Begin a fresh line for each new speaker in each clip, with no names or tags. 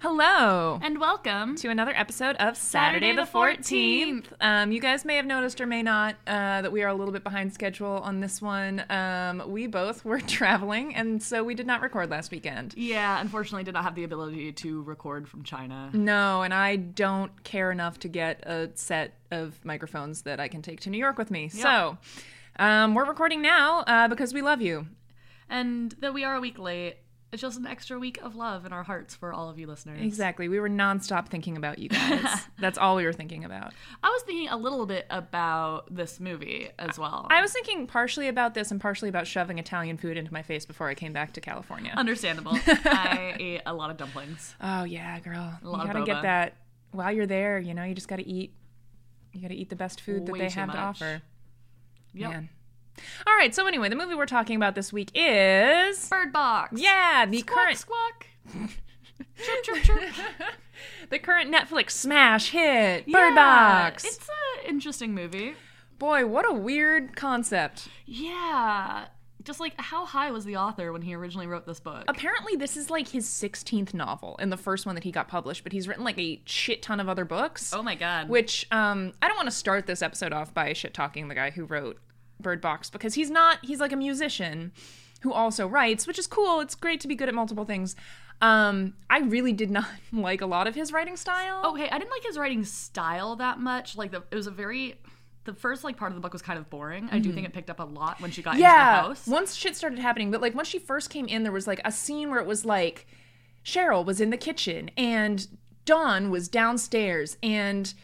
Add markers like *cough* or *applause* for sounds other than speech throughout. Hello.
And welcome.
To another episode of Saturday,
Saturday
the 14th.
the
Um, you guys may have noticed or may not uh, that we are a little bit behind schedule on this one. Um, we both were *laughs* traveling, and so we did not record last weekend.
Yeah, unfortunately, did not have the ability to record from China.
No, and I don't care enough to get a set of microphones that I can take to New York with me. So um, we're recording now uh, because we love you.
And though we are a week late, it's just an extra week of love in our hearts for all of you listeners.
Exactly. We were nonstop thinking about you guys. *laughs* That's all we were thinking about.
I was thinking a little bit about this movie as well.
I was thinking partially about this and partially about shoving Italian food into my face before I came back to California. *laughs*
Um, Understandable. I ate a lot of dumplings.
oh yeah, girl. You
lot of
gotta get
boba.
that while you're there, you know, you just gotta eat you gotta eat the best food that
Way
they
too
have
much.
to offer.
Yep.
Man. All right, so anyway, the movie we're talking about this week is
Bird box.
Yeah, the
Squawk,
current
squawk. *laughs* chirp, chirp, chirp.
the current Netflix smash hit,
Yeah,
Bird Box.
It's an interesting movie.
Boy, what a weird concept.
Yeah. Just like, how high was the author when he originally wrote this book?
Apparently, this is like his 16th novel and the first one that he got published, but he's written like a shit ton of other books.
Oh my god.
which um, I don't want to start this episode off by shit talking the guy who wrote Bird Box because he's not he's like a musician who also writes, which is cool. It's great to be good at multiple things. Um, I really did not *laughs* like a lot of his writing style.
okay i didn't like his writing style that much like the, it was a very the first like part of the book was kind of boring i do think it picked up a lot when she got
Mm-hmm. yeah.
into the house
Once shit started happening, but like when she first came in, there was like a scene where it was like Cheryl was in the kitchen and Dawn was downstairs and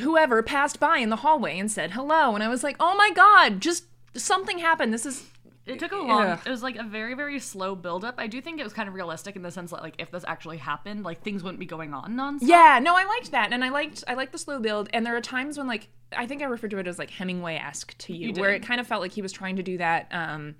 whoever passed by in the hallway and said hello, and I was like, oh my god, just something happened. This is
it took a long
Ugh.
it was like a very very slow buildup i do think it was kind of realistic in the sense that like if this actually happened like things wouldn't be going on nonstop
Yeah, no, I liked that, and I liked I liked the slow build. And there are times when like I think I referred to it as like Hemingway esque to you,
You
where it
did.
kind of felt like he was trying to do that um,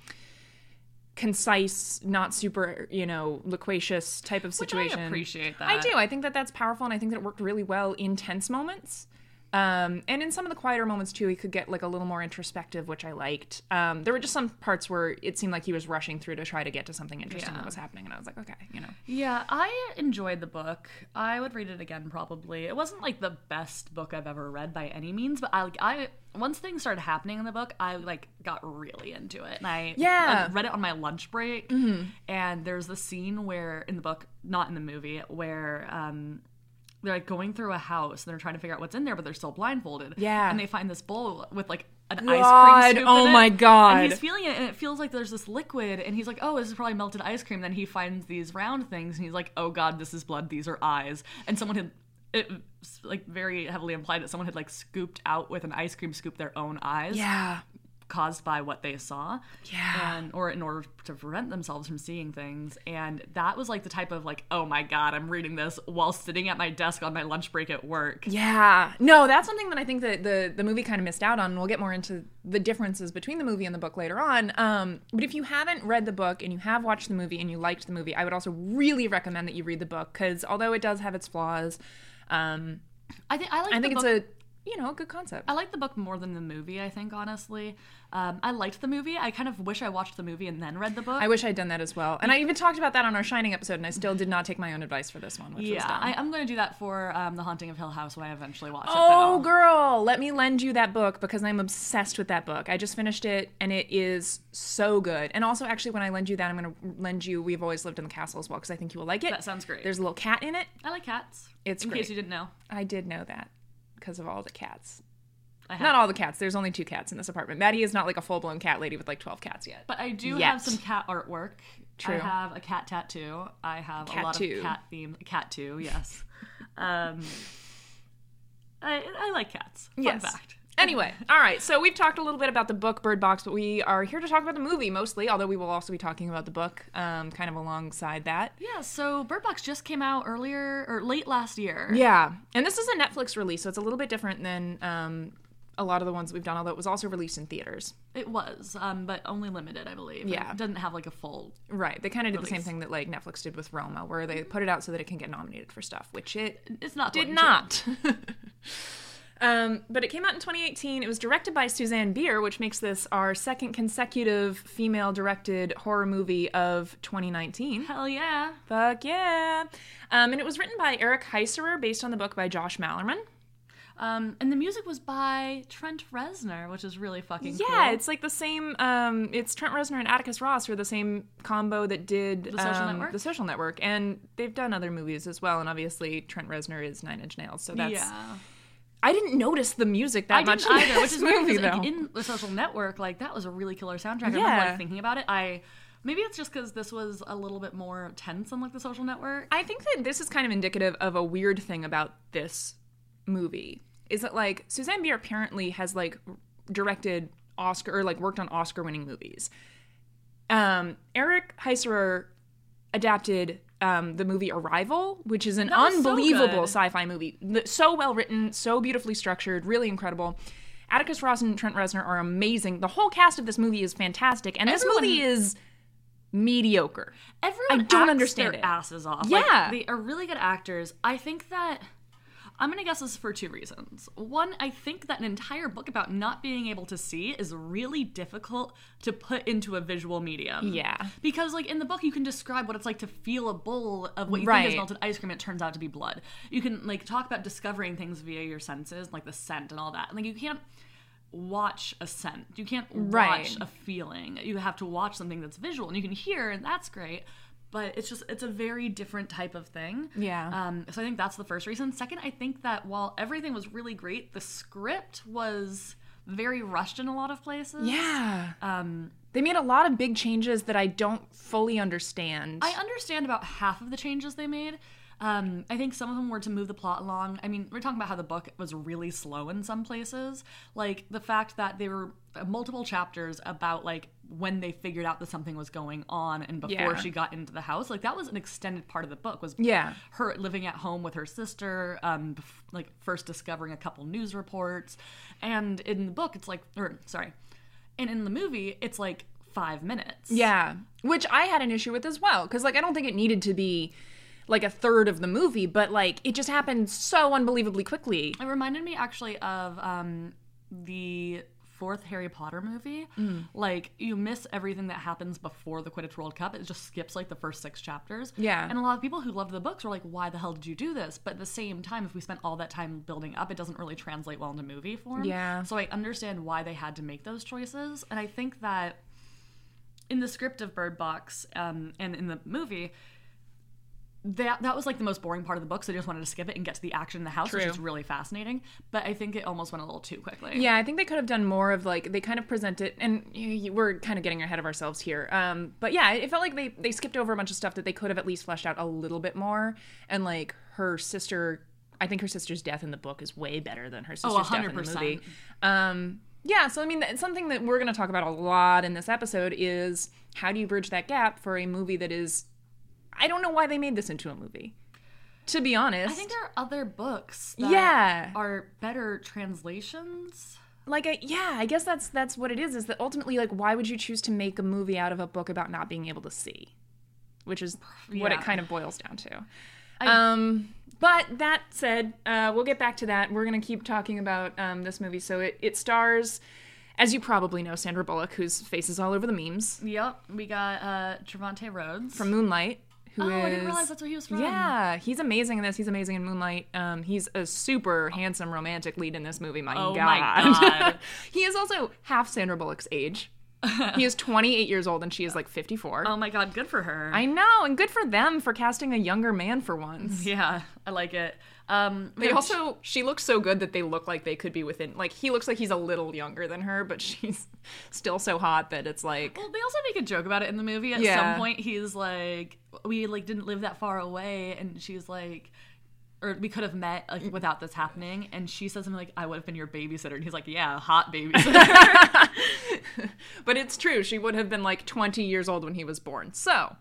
concise, not super you know loquacious type of
which i
situation.
appreciate that
I do. I think that that's powerful, and I think that it worked really well in tense moments. Um, and in some of the quieter moments too, he could get like a little more introspective, which I liked. Um, there were just some parts where it seemed like he was rushing through to try to get to something interesting
Yeah.
that was happening, and I was like, okay, you know.
yeah i enjoyed the book i would read it again probably it wasn't like the best book i've ever read by any means but i like i once things started happening in the book i like got really into it and i
Yeah. Mm-hmm.
I read it on my lunch break and there's the scene where in the book not in the movie where um they're like going through a house and they're trying to figure out what's in there but they're still blindfolded
Yeah.
and they find this bowl with like an ice
God,
cream scoop
oh
in it.
my God.
and he's feeling it and it feels like there's this liquid and he's like oh this is probably melted ice cream then he finds these round things and he's like oh god this is blood these are eyes and someone had it like very heavily implied that someone had like scooped out with an ice cream scoop their own eyes
Yeah.
caused by what they saw
Yeah.
and or in order to prevent themselves from seeing things and that was like the type of like oh my god i'm reading this while sitting at my desk on my lunch break at work
Yeah. No, that's something that I think that the the movie kind of missed out on. and We'll get more into the differences between the movie and the book later on. Um, but if you haven't read the book and you have watched the movie and you liked the movie, I would also really recommend that you read the book because although it does have its flaws, um,
i think i like
I
the
think it's
book-
a you know a good concept.
I like the book more than the movie, I think, honestly. Um, I liked the movie. I kind of wish I watched the movie and then read the book.
I wish I'd done that as well. And I even talked about that on our Shining episode, and I still did not take my own advice for this one, which was
yeah,
dumb.
I, I'm going to do that for um, The Haunting of Hill House when I eventually watch it.
Oh,
though.
girl, let me lend you that book because I'm obsessed with that book. I just finished it and it is so good. And also, actually, when I lend you that, I'm going to lend you We've Always Lived in the Castle as well because I think you will like it.
That sounds great.
There's a little cat in it.
I like cats.
It's
In
great.
case you didn't know,
I did know that because of all the cats.
I have.
Not all the cats. There's only two cats in this apartment. Maddie is not like a full blown cat lady with like 12 cats yet.
But I do
Yet.
have some cat artwork.
True.
I have a cat tattoo. I have a lot
Cat-too.
of cat themed cat too.
*laughs*
Yes. um, I, I like cats. Fun
Yes.
fact.
Anyway,
*laughs*
all right. So we've talked a little bit about the book Bird Box, but we are here to talk about the movie mostly, although we will also be talking about the book um, kind of alongside that.
Yeah. So Bird Box just came out earlier or late last year.
Yeah, and this is a Netflix release, so it's a little bit different than um, a lot of the ones we've done. Although it was also released in theaters.
It was, um, but only limited, I believe.
Yeah.
It doesn't have like a full.
Right, they kind of did the same
Release.
thing that like Netflix did with Roma, where they put it out so that it can get nominated for stuff, which it
It's not
did
going to.
not. *laughs* Um, but it came out in 2018. It was directed by Suzanne Bier, which makes this our second consecutive female directed horror movie of 2019.
Hell yeah.
Fuck yeah. Um, and it was written by Eric Heiserer, based on the book by Josh Malerman.
Um, and the music was by Trent Reznor, which is really fucking cool.
Yeah, it's like the same. Um, it's Trent Reznor and Atticus Ross are the same combo that did
The Social
um,
Network?
The Social Network, and they've done other movies as well. And obviously, Trent Reznor is Nine Inch Nails, so that's.
yeah.
I didn't notice the music that
I
much
didn't
in
either,
this
which is weird
movie
because
though.
like, in the social network, like that was a really killer soundtrack. I remember
Yeah.
like thinking about it. I maybe it's just because this was a little bit more tense on like the social network.
I think that this is kind of indicative of a weird thing about this movie. Is that like Suzanne Bier apparently has like directed Oscar or like worked on Oscar winning movies. Um, Eric Heiserer adapted um, the movie Arrival, which is an
That was so
unbelievable
good.
sci-fi movie. Th- So well written, so beautifully structured, really incredible. Atticus Ross and Trent Reznor are amazing. The whole cast of this movie is fantastic, and this
Everyone-
movie is mediocre.
Everyone
don't
acts
understand
their
it.
asses off.
Yeah.
like, they are really good actors. I think that. I'm gonna guess this is for two reasons. One, I think that an entire book about not being able to see is really difficult to put into a visual medium.
Yeah.
Because like in the book you can describe what it's like to feel a bowl of what you think
Right.
is melted ice cream, it turns out to be blood. You can like talk about discovering things via your senses, like the scent and all that. And like you can't watch a scent. You can't
Right.
watch a feeling. You have to watch something that's visual and you can hear and that's great. But it's just it's a very different type of thing.
Yeah.
Um, so I think that's the first reason. Second, I think that while everything was really great, the script was very rushed in a lot of places.
Yeah.
Um,
They made a lot of big changes that I don't fully understand.
I understand about half of the changes they made. Um, I think some of them were to move the plot along. I mean, we're talking about how the book was really slow in some places. Like the fact that there were uh, multiple chapters about like when they figured out that something was going on and before
Yeah.
she got into the house. Like that was an extended part of the book was
Yeah.
her living at home with her sister, um, bef- like first discovering a couple news reports, and in the book it's like, or sorry, and in the movie it's like five minutes.
yeah, which I had an issue with as well cuz like I don't think it needed to be like a third of the movie, but like it just happened so unbelievably quickly.
It reminded me actually of um, the fourth Harry Potter movie.
Mm.
Like you miss everything that happens before the Quidditch World Cup. It just skips like the first six chapters.
Yeah.
And a lot of people who loved the books were like, "Why the hell did you do this?" But at the same time, if we spent all that time building up, it doesn't really translate well into movie form.
Yeah.
So I understand why they had to make those choices, and I think that in the script of Bird Box um, and in the movie. That, that was like the most boring part of the book, so I just wanted to skip it and get to the action in the house, which
True.
is really fascinating. But I think it almost went a little too quickly.
Yeah, I think they could have done more of like they kind of present it, and you, you, we're kind of getting ahead of ourselves here. Um, but yeah, it felt like they they skipped over a bunch of stuff that they could have at least fleshed out a little bit more. And like her sister, I think her sister's death in the book is way better than her sister's death in the
Oh, 100%.
movie. Um, yeah, so I mean, th- something that we're going to talk about a lot in this episode is how do you bridge that gap for a movie that is, I don't know why they made this into a movie. To be honest,
I think there are other books that
Yeah.
are better translations.
like I, yeah i guess that's that's what it is is that ultimately like why would you choose to make a movie out of a book about not being able to see which is what it
Yeah.
kind of boils down to um but that said uh, we'll get back to that we're going to keep talking about um, this movie so it, it stars as you probably know sandra bullock whose face is all over the memes
Yep. We got uh Trevante Rhodes.
from moonlight who
Oh, I
is-
didn't realize that's where he was from.
yeah, he's amazing in this. He's amazing in Moonlight. Um, he's a super handsome romantic lead in this movie. My
Oh
God.
my God.
*laughs* he is also half Sandra Bullock's
*laughs*
age. he is 28 years old and she is like 54.
Oh my god, good for her.
I know, and good for them for casting a younger man for once.
*laughs* yeah, I like it. Um
They also, she looks so good that they look like they could be within, like, he looks like he's a little younger than her, but she's still so hot that it's like,
Well, they also make a joke about it in the movie. At
Yeah.
some point, he's like, "We like didn't live that far away," and she's like, "Or we could have met like without this happening." And she says something like, "I would have been your babysitter," and he's like, "Yeah, hot babysitter."
but it's true. She would have been like 20 years old when he was born. So,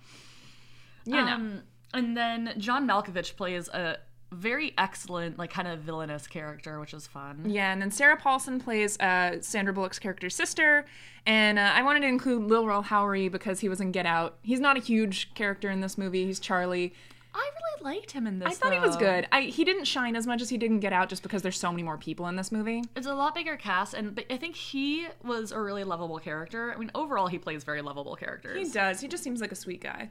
you know.
Um, and then John Malkovich plays a very excellent, like, kind of villainous character, which is fun.
Yeah, and then Sarah Paulson plays uh, Sandra Bullock's character's sister, and uh, I wanted to include Lil Rel Howery because he was in Get Out. He's not a huge character in this movie. He's Charlie,
I really liked him in this.
I thought he was
though.
good. I, he didn't shine as much as he did in Get Out, just because there's so many more people in this movie.
It's a lot bigger cast, and but I think he was a really lovable character. I mean, overall, he plays very lovable characters.
He does. He just seems like a sweet guy.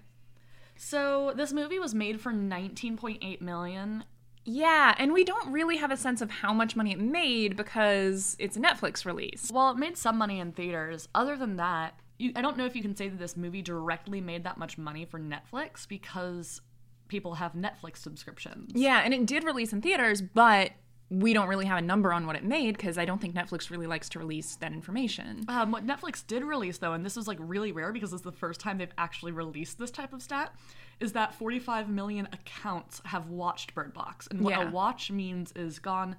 So this movie was made for 19.8 million.
Yeah, and we don't really have a sense of how much money it made because it's a Netflix release.
While it made some money in theaters, other than that, you, I don't know if you can say that this movie directly made that much money for Netflix because people have Netflix subscriptions.
Yeah, and it did release in theaters, but we don't really have a number on what it made because I don't think Netflix really likes to release that information.
Um, what Netflix did release, though, and this was like really rare because it's the first time they've actually released this type of stat, is that 45 million accounts have watched Bird Box. And what
Yeah.
a watch means is gone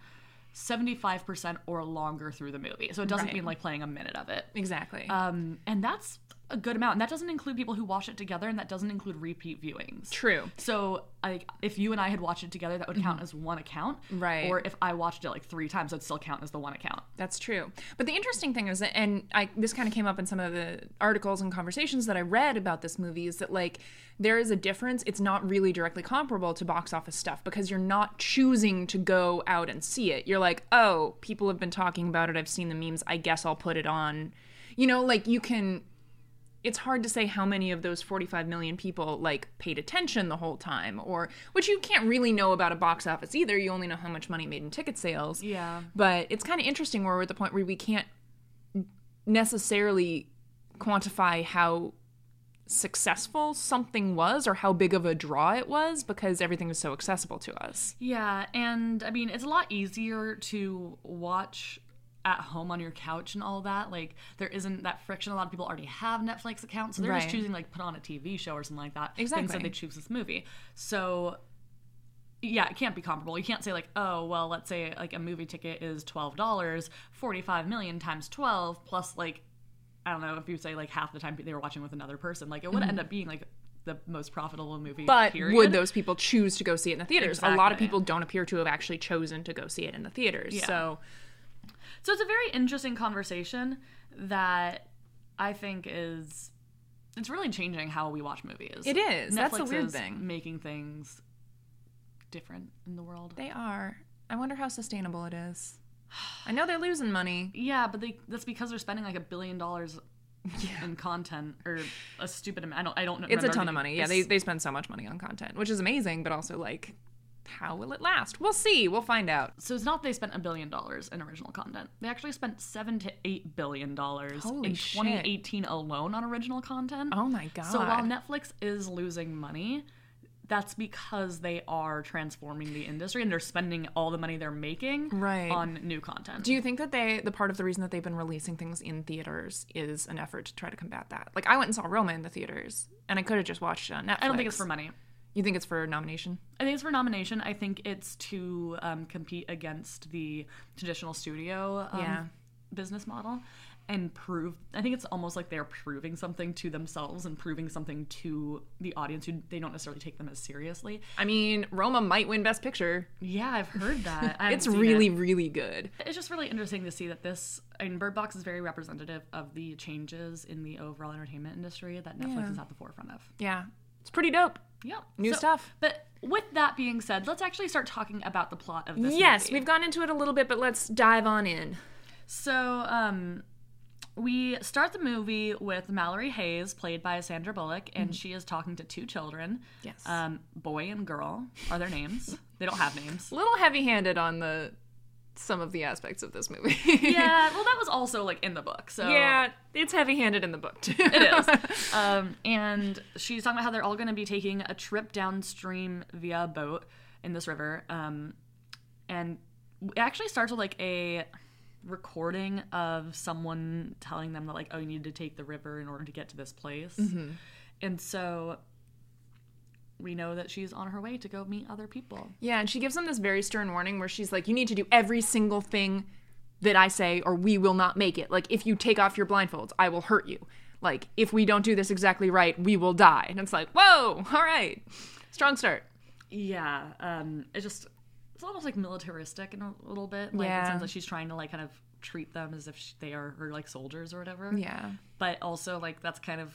75% or longer through the movie. So it doesn't
Right.
mean like playing a minute of it.
Exactly.
Um, and that's a good amount. And that doesn't include people who watch it together, and that doesn't include repeat viewings.
True. Mm-hmm.
So, like, if you and I had watched it together, that would count as one account.
Right.
Or if I watched it like three times, that'd still count as the one account.
That's true. But the interesting thing is, that, and I, this kind of came up in some of the articles and conversations that I read about this movie, is that like there is a difference. It's not really directly comparable to box office stuff because you're not choosing to go out and see it. You're like, oh, people have been talking about it. I've seen the memes. I guess I'll put it on. You know, like you can. It's hard to say how many of those 45 million people like paid attention the whole time, or which you can't really know about a box office either. You only know how much money it made in ticket sales.
Yeah.
But it's kind of interesting where we're at the point where we can't necessarily quantify how successful something was or how big of a draw it was because everything was so accessible to us.
Yeah, and I mean, it's a lot easier to watch at home on your couch and all that. Like, there isn't that friction. A lot of people already have Netflix accounts, so they're
Right.
just choosing like put on a TV show or something like that.
Exactly.
Instead, they choose this movie. So, yeah, it can't be comparable. You can't say like, oh, well, let's say like a movie ticket is twelve dollars, forty-five million times twelve plus like, I don't know if you say like half the time they were watching with another person, like it would end up being like the most profitable movie.
Mm-hmm. But
period.
would those people choose to go see it in the theaters? A lot of
Exactly.
people don't appear to have actually chosen to go see it in the theaters.
Yeah.
So,
So it's a very interesting conversation that I think is it's really changing how we watch movies.
It is. That's the weird
is
thing.
Making things different in the world.
they are. I wonder how sustainable it is. I know they're losing money.
Yeah, but they that's because they're spending like a billion dollars
Yeah.
in content or a stupid amount. I don't I don't know.
It's a
remember
ton of
the-
money. Yeah, they,
it's-
they spend so much money on content, which is amazing, but also like, how will it last? We'll see. We'll find out.
so it's not they spent a billion dollars in original content. They actually spent 7 to 8 billion dollars
Holy
in
shit.
2018 alone on original content.
Oh my god.
So while Netflix is losing money, that's because they are transforming the industry and they're spending all the money they're making
Right.
on new content.
Do you think that they the part of the reason that they've been releasing things in theaters is an effort to try to combat that? Like I went and saw Roma in the theaters, and I could have just watched it on Netflix.
I don't think it's for money.
You think it's for nomination?
I think it's for nomination. I think it's to um, compete against the traditional studio um,
Yeah.
business model and prove. I think it's almost like they're proving something to themselves and proving something to the audience who they don't necessarily take them as seriously.
I mean, Roma might win Best Picture.
Yeah, I've heard that. I
*laughs*
haven't
It's
seen it.
really, really good.
It's just really interesting to see that this, I mean, Bird Box is very representative of the changes in the overall entertainment industry that Netflix
Yeah.
is at the forefront of.
Yeah, it's pretty dope.
Yeah.
New
So-
stuff.
But with that being said, let's actually start talking about the plot of this.
Yes,
movie.
we've gone into it a little bit, but let's dive on in.
So, um, we start the movie with Mallory Hayes, played by Sandra Bullock, and she is talking to two children.
Mm-hmm. Yes.
Um, boy and girl are
*laughs*
their names. they don't have names.
A little heavy-handed on the some of the aspects of this movie. *laughs*
Yeah, well, that was also like in the book. So
yeah, it's heavy-handed in the book too. *laughs*
it is. Um, and she's talking about how they're all going to be taking a trip downstream via boat in this river. Um, and it actually starts with like a recording of someone telling them that like, oh, you need to take the river in order to get to this place. And so we know that she's on her way to go meet other people.
Yeah, and she gives them this very stern warning where she's like, "You need to do every single thing that I say, or we will not make it. Like, if you take off your blindfolds, I will hurt you. Like, if we don't do this exactly right, we will die." And it's like, "Whoa, all right, strong start."
Yeah, um, it just it's almost like militaristic in a little bit. Like
Yeah.
it sounds like she's trying to like kind of treat them as if sh they are her like soldiers or whatever.
Yeah,
But also like that's kind of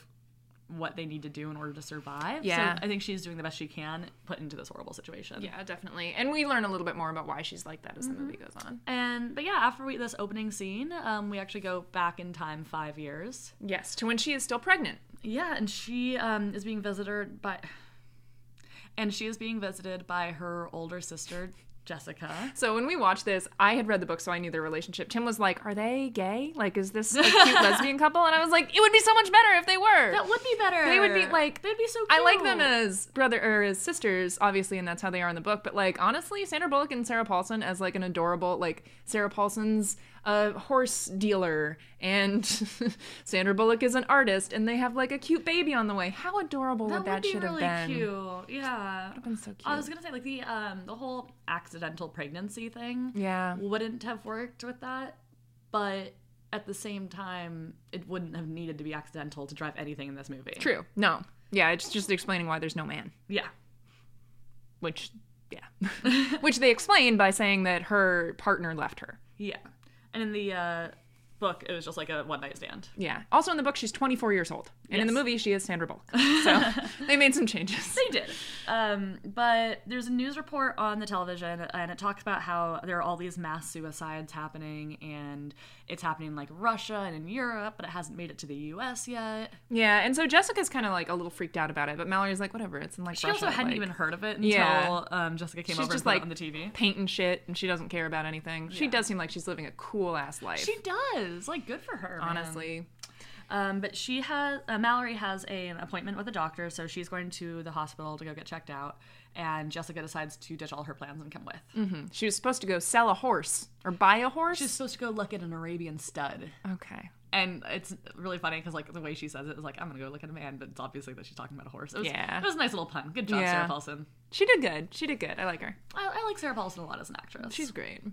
what they need to do in order to survive.
Yeah.
So I think she's doing the best she can put into this horrible situation.
Yeah, definitely. And we learn a little bit more about why she's like that as the movie goes on.
And but yeah, after we, this opening scene, um, we actually go back in time five years.
Yes, to when she is still pregnant.
Yeah, and she um, is being visited by, and she is being visited by her older sister Jessica.
So when we watched this, I had read the book, so I knew their relationship. Tim was like, "Are they gay? Like, is this a cute lesbian couple?" And I was like, "It would be so much better if they were."
That would be better.
They would be, like-
they'd be so. Cute.
I like them as brother or as sisters, obviously, and that's how they are in the book. But like honestly, Sandra Bullock and Sarah Paulson as like an adorable like Sarah Paulson's a horse dealer, and *laughs* Sandra Bullock is an artist, and they have like a cute baby on the way. How adorable
that
would that
would be
should
really
have been?
cute. Yeah.
Been so cute.
I was gonna say like the um the whole accidental pregnancy thing
yeah.
wouldn't have worked with that, but at the same time, it wouldn't have needed to be accidental to drive anything in this movie.
True. No. Yeah, it's just explaining why there's no man.
Yeah.
Which yeah.
*laughs*
which they explain by saying that her partner left her.
Yeah. And in the uh, book, it was just like a one night stand.
Yeah. Also in the book she's 24 years old. And in the
Yes.
movie she is Sandra
*laughs*
Bullock. So they made some changes.
They did. Um, but there's a news report on the television, and it talks about how there are all these mass suicides happening, and it's happening in like Russia and in Europe, but it hasn't made it to the US yet.
Yeah, and so Jessica's kind of like a little freaked out about it, but Mallory's like, whatever, it's in like
She
Russia,
also hadn't
like,
even heard of it until
Yeah.
um, Jessica came
She's
over
just
and put it
like-
on the TV.
painting shit, and she doesn't care about anything. She
Yeah.
does seem like she's living a cool ass life,
She does. Like, good for her. man.
honestly.
Um, but she has uh, Mallory has a, an appointment with a doctor, so she's going to the hospital to go get checked out. And Jessica decides to ditch all her plans and come with.
Mm. She was supposed to go sell a horse or buy a horse.
She's supposed to go look at an Arabian stud,
okay,
and it's really funny because like the way she says it is like I'm gonna go look at a man, but it's obviously that she's talking about a horse. It was,
Yeah.
it was a nice little pun. Good job,
Yeah.
Sarah Paulson.
she did good. She did good. I like her.
I, I like Sarah Paulson a lot as an actress.
She's great.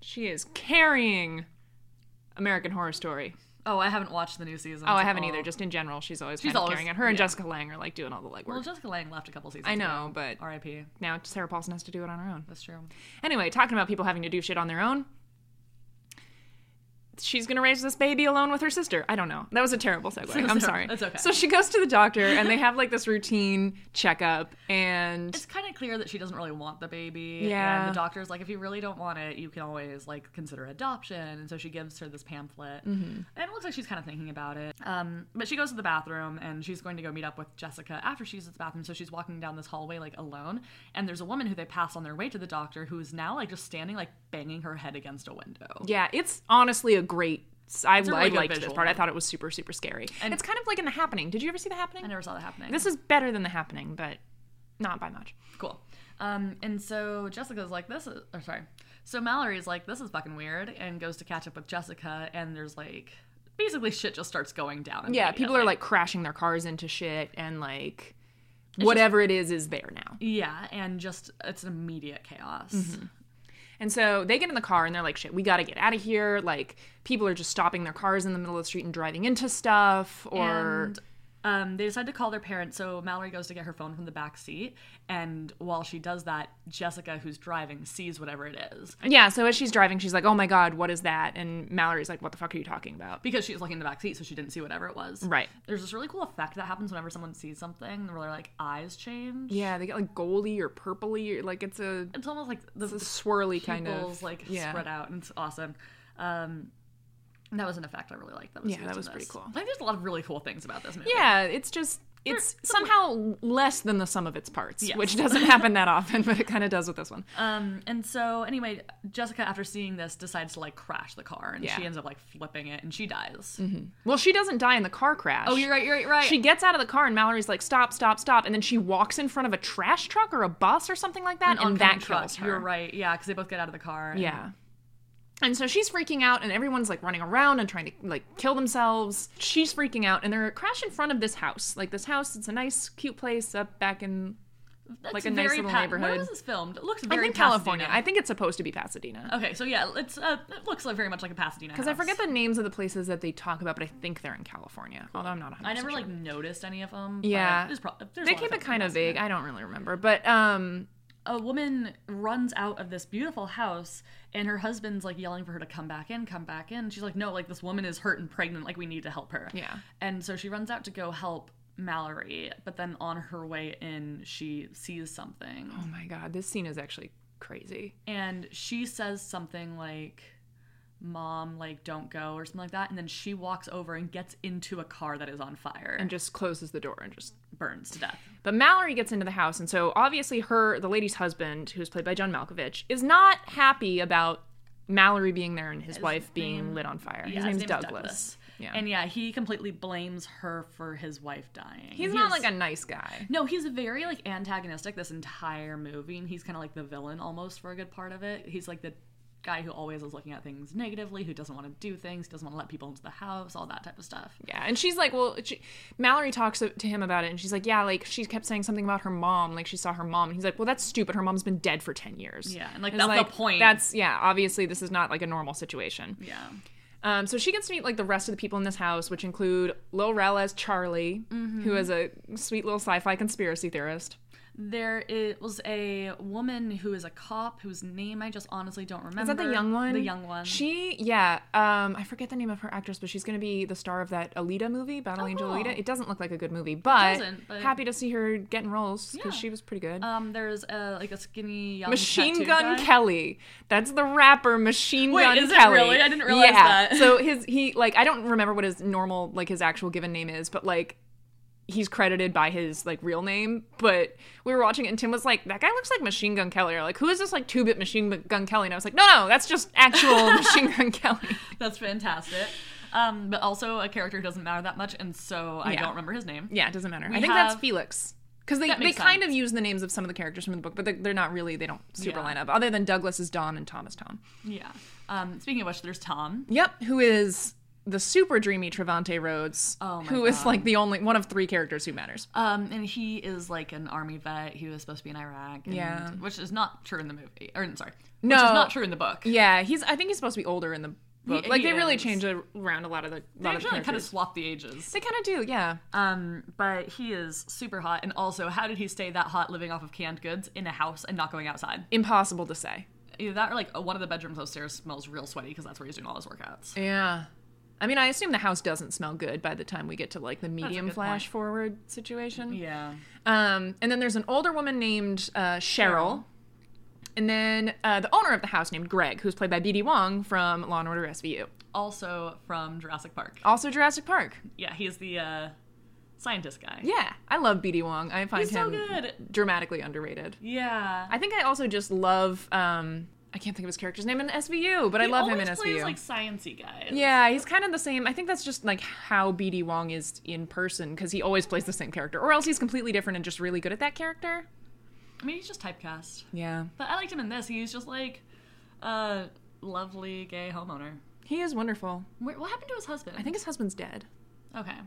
She is carrying American Horror Story.
oh, I haven't watched the new season.
Oh, I haven't either. Just in general, she's always kind of
always-
carrying it. Her and
yeah.
Jessica Lange are like doing all the legwork.
well, Jessica Lange left a couple seasons.
I
ago.
know, but
R.I.P.
now Sarah Paulson has to do it on her own.
That's true.
Anyway, talking about people having to do shit on their own. She's gonna raise this baby alone with her sister. I don't know. That was a terrible segue.
*laughs*
I'm
okay.
sorry.
That's okay.
So she goes to the doctor and they have like this routine checkup and
it's kind of clear that she doesn't really want the baby.
Yeah.
And the doctor's like, if you really don't want it, you can always like consider adoption. And so she gives her this pamphlet,
Mm-hmm.
and it looks like she's kind of thinking about it. Um, but she goes to the bathroom, and she's going to go meet up with Jessica after she she's at the bathroom. So she's walking down this hallway like alone, and there's a woman who they pass on their way to the doctor who is now like just standing like banging her head against a window.
yeah, it's honestly a great. I,
a
I
really good
liked this
visual.
part. I thought it was super super scary. And it's kind of like in The Happening. Did you ever see The Happening?
I never saw that happening.
This is better than The Happening, but not by much.
Cool. Um, and so Jessica's like, this is, or sorry. So Mallory's like, this is fucking weird, and goes to catch up with Jessica, and there's like, basically shit just starts going down.
Yeah, people
immediately.
are like crashing their cars into shit and like whatever it is is there now.
yeah, and just, it's immediate chaos.
Mm-hmm. And so they get in the car and they're like, shit, we gotta get out of here. Like, people are just stopping their cars in the middle of the street and driving into stuff. Or,
And um, they decide to call their parents, so Mallory goes to get her phone from the back seat, and while she does that, Jessica, who's driving, sees whatever it is.
yeah, so as she's driving, she's like, oh my God, what is that? And Mallory's like, what the fuck are you talking about?
Because she was looking in the back seat, so she didn't see whatever it was.
Right.
There's this really cool effect that happens whenever someone sees something where their like eyes change.
Yeah, they get like goldy or purpley. Or, like, it's a,
It's almost like the,
it's a swirly kind
pupils
of.
like
yeah.
spread out and it's awesome. Um, and that was an effect I really liked. That was
Yeah,
used
that
in
was pretty
this.
cool.
I think there's a lot of really cool things about this movie.
Yeah, it's just. It's somehow less than the sum of its parts,
Yes.
which doesn't happen that *laughs* often, but it kind of does with this one.
Um, and so anyway, Jessica, after seeing this, decides to like crash the car, and
Yeah.
she ends up like flipping it, and she dies.
Well, she doesn't die in the car crash.
Oh, you're right. You're right. Right.
She gets out of the car and Mallory's like, stop, stop, stop. And then she walks in front of a trash truck or a bus or something like that. and that
Oncoming truck.
kills her.
You're right. Yeah, because they both get out of the car. and-
Yeah. And so she's freaking out and everyone's like running around and trying to like kill themselves. She's freaking out and they're crashed in front of this house. Like this house, it's a nice, cute place up back in
that's
Like a nice
very
little
Pat- Where
neighborhood.
was this filmed? It looks
I
very
think California. I
Pasadena.
think it's supposed to be Pasadena.
okay, so yeah, it's uh, it looks like very much like a Pasadena.
Because I forget the names of the places that they talk about, but I think they're in California. Although I'm not 100%
I never
sure.
like noticed any of them.
Yeah.
But there's pro- there's a
They
lot
kept
of
it kind of
big.
vague. I don't really remember, but um,
a woman runs out of this beautiful house and her husband's like yelling for her to come back in, come back in. She's like, no, like this woman is hurt and pregnant. Like we need to help her.
Yeah.
And so she runs out to go help Mallory, but then on her way in, she sees something
Oh my god, this scene is actually crazy.
and she says something like mom like don't go or something like that and then she walks over and gets into a car that is on fire
And
and
just closes the door and just
burns to death
But Mallory gets into the house, and so obviously her, the lady's husband, who's played by John Malkovich, is not happy about Mallory being there and his, wife being lit on fire.
Yeah,
his name's Douglas. Yeah.
and yeah he completely blames her for his wife dying
he's
He
not
is-
like a nice guy.
no he's very like antagonistic this entire movie and he's kind of like the villain almost for a good part of it he's like the guy who always is looking at things negatively who doesn't want to do things doesn't want to let people into the house all that type of stuff
Yeah, and she's like, well, she, Mallory talks to him about it, and she's like, yeah, like she kept saying something about her mom, like she saw her mom, and he's like, well, that's stupid. Her mom's been dead for ten years.
Yeah, and, like,
It's
that's the point.
That's yeah. Obviously, this is not like a normal situation.
yeah
Um, so she gets to meet like the rest of the people in this house, which include Lil Rel as Charlie,
Mm-hmm.
who is a sweet little sci-fi conspiracy theorist.
There i- was a woman who is a cop whose name I just honestly don't remember.
Is that the young one?
The young one.
She, yeah. Um, I forget the name of her actress, but she's going to be the star of that Alita movie, Battle Angel
Oh, cool.
Alita. It doesn't look like a good movie, but,
doesn't, but-
happy to see her getting roles because
Yeah.
she was pretty good.
Um, there's a like a skinny young
Machine
tattooed
Gun
guy.
Kelly. That's the rapper Machine
Wait,
Gun
is it
Kelly.
really? I didn't realize
yeah.
that.
so his he like I don't remember what his normal like his actual given name is, but like he's credited by his like real name. But we were watching it and Tim was like, That guy looks like Machine Gun Kelly or like who is this like two bit machine gun Kelly? And I was like, No no, that's just
*laughs*
actual Machine Gun Kelly.
That's fantastic. Um, but also a character who doesn't matter that much, and so I
Yeah.
don't remember his name.
Yeah, it doesn't matter. I
We
think that's
have-
Felix. Because they,
That
they
makes
kind of
sense.
use the names of some of the characters from the book, but they- they're not really, they don't super
Yeah.
line up, other than Douglas is Don and Tom is Tom.
Yeah. Um, speaking of which, there's Tom.
Yep, who is the super dreamy Trevante Rhodes,
Oh my
who is like the only one of three characters who matters.
Um, and he is like an army vet. He was supposed to be in Iraq. And,
Yeah.
Which is not true in the movie. Or sorry.
No.
Which is not true in the book.
Yeah, he's. I think he's supposed to be older in the book.
He-
like they
he
really
is.
change a- around a lot of the.
They
Lot of
actually kind of
characters. Uh,
swap the ages.
They kind of do, yeah.
Um, but he is super hot. And also, how did he stay that hot living off of canned goods in a house and not going outside?
Impossible to say.
Either that or like one of the bedrooms upstairs smells real sweaty because that's where he's doing all his workouts.
Yeah. I mean, I assume the house doesn't smell good by the time we get to like the medium
good
flash forward situation.
Yeah.
Um, and then there's an older woman named uh, Cheryl. And then uh, the owner of the house named Greg, who's played by BD Wong from Law and Order SVU.
Also from Jurassic Park.
Also Jurassic Park.
Yeah, he's the uh, scientist guy.
Yeah, I love BD Wong. I find
He's so
him
good.
dramatically underrated.
Yeah.
I think I also just love um I can't think of his character's name in SVU, but I
He
love him in
always plays
SVU.
like sciency guys.
yeah, he's kind of the same. I think that's just like how BD Wong is in person because he always plays the same character, or else he's completely different and just really good at that character.
I mean, he's just typecast.
Yeah,
But I liked him in this. He's just like a lovely gay homeowner.
he is wonderful.
Where, what happened to his husband?
I think his husband's dead
Okay.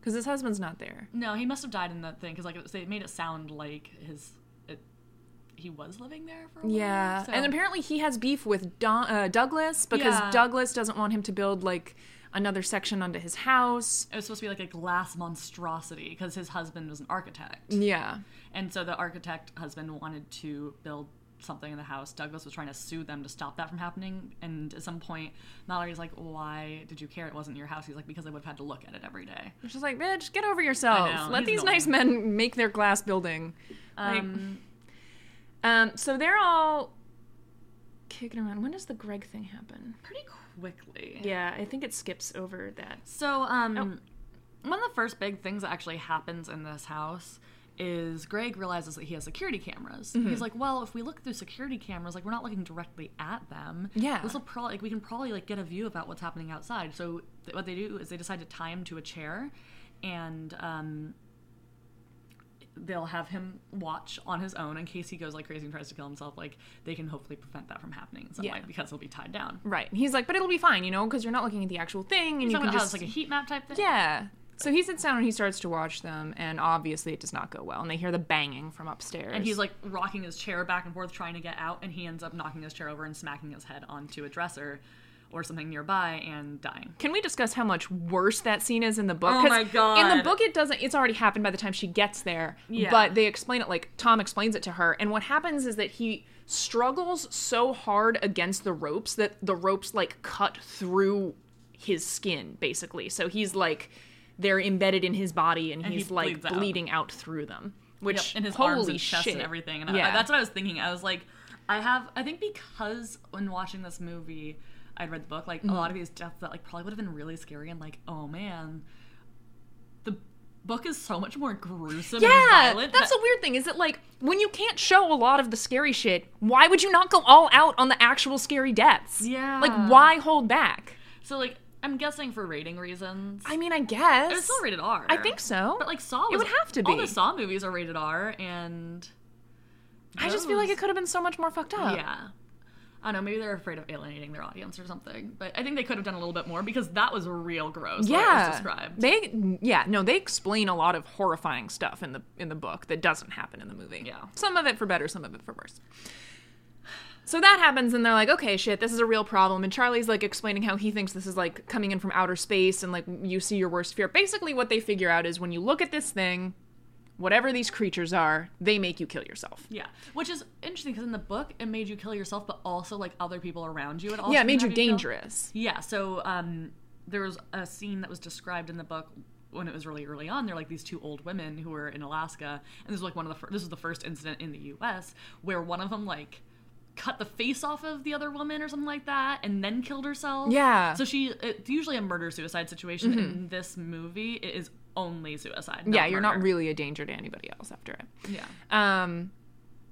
because his husband's not there.
No, he must have died in that thing because like it was- they made it sound like his it, he was living there for a while.
Yeah,
so-
and apparently he has beef with Don, uh, Douglas because
Yeah.
Douglas doesn't want him to build like another section onto his house.
it was supposed to be like a glass monstrosity because his husband was an architect,
Yeah,
and so the architect husband wanted to build something in the house. Douglas was trying to sue them to stop that from happening, and at some point Mallory's like, "Why did you care? It wasn't your house." He's like, "Because I would have had to look at it every day."
It's just like, bitch, get over yourself.
I know,
Let
he's
these
annoying.
nice men make their glass building. Like-
Um,
um, so they're all kicking around. When does the Greg thing happen?
pretty quickly.
Yeah, I think it skips over that.
So, um,
Oh.
one of the first big things that actually happens in this house is Greg realizes that he has security cameras.
Mm-hmm.
He's like, "Well, if we look through security cameras, like we're not looking directly at them.
Yeah.
this will probably like we can probably like get a view about what's happening outside." So th- what they do is they decide to tie him to a chair, and um, they'll have him watch on his own in case he goes like crazy and tries to kill himself. Like they can hopefully prevent that from happening in some
Yeah.
way because he'll be tied down.
Right. And he's like, but it'll be fine, you know, because you're not looking at the actual thing, and you
Someone
can
has
just
like a heat map type thing.
yeah. So he sits down and he starts to watch them, and obviously it does not go well. And they hear the banging from upstairs.
And he's like rocking his chair back and forth trying to get out, and he ends up knocking his chair over and smacking his head onto a dresser, or something nearby and dying.
Can we discuss how much worse that scene is in the book?
Oh
'Cause
my God.
In the book, it doesn't. It's already happened by the time she gets there.
Yeah.
But they explain it like Tom explains it to her, and what happens is that he struggles so hard against the ropes that the ropes like cut through his skin, basically. So he's like they're embedded in his body, and,
And he
he's like
bleeds out.
bleeding out through them.
Yep,
Which
and his
holy
arms and chest
shit.
and everything. And I-
yeah,
I, that's what I was thinking. I was like, I have, I think because when watching this movie, I'd read the book, like a
Mm-hmm.
lot of these deaths that like probably would have been really scary and like, oh man, the book is so much more gruesome and
Yeah,
violent.
that's
that-
the weird thing is that like when you can't show a lot of the scary shit, why would you not go all out on the actual scary deaths?
Yeah.
like why hold back?
so like, I'm guessing for rating reasons.
I mean, I guess
it's still rated R.
I think so.
But like Saw, was,
it would have to be.
All the Saw movies are rated R, and
I just feel like
those-
it could have been so much more fucked up.
Yeah. I don't know, maybe they're afraid of alienating their audience or something. But I think they could have done a little bit more because that was real gross. the way it was
yeah.
described.
They yeah no they explain a lot of horrifying stuff in the in the book that doesn't happen in the movie.
Yeah.
some of it for better, some of it for worse. So that happens, and they're like, okay, shit, this is a real problem. And Charlie's like explaining how he thinks this is like coming in from outer space and like you see your worst fear. Basically, what they figure out is when you look at this thing, whatever these creatures are, they make you kill yourself.
Yeah. Which is interesting because in the book, it made you kill yourself, but also like other people around you. It also
yeah, it made you
have kill-
dangerous.
Yeah. So um, there was a scene that was described in the book when it was really early on. They're like these two old women who were in Alaska, and this was like one of the fir- this was the first incident in the U.S. where one of them like cut the face off of the other woman or something like that, and then killed herself.
Yeah. Mm-hmm.
So she it's usually a murder suicide situation. In this movie, it is only suicide.
yeah, you're not
murder.
really a danger to anybody else after it.
Yeah.
um,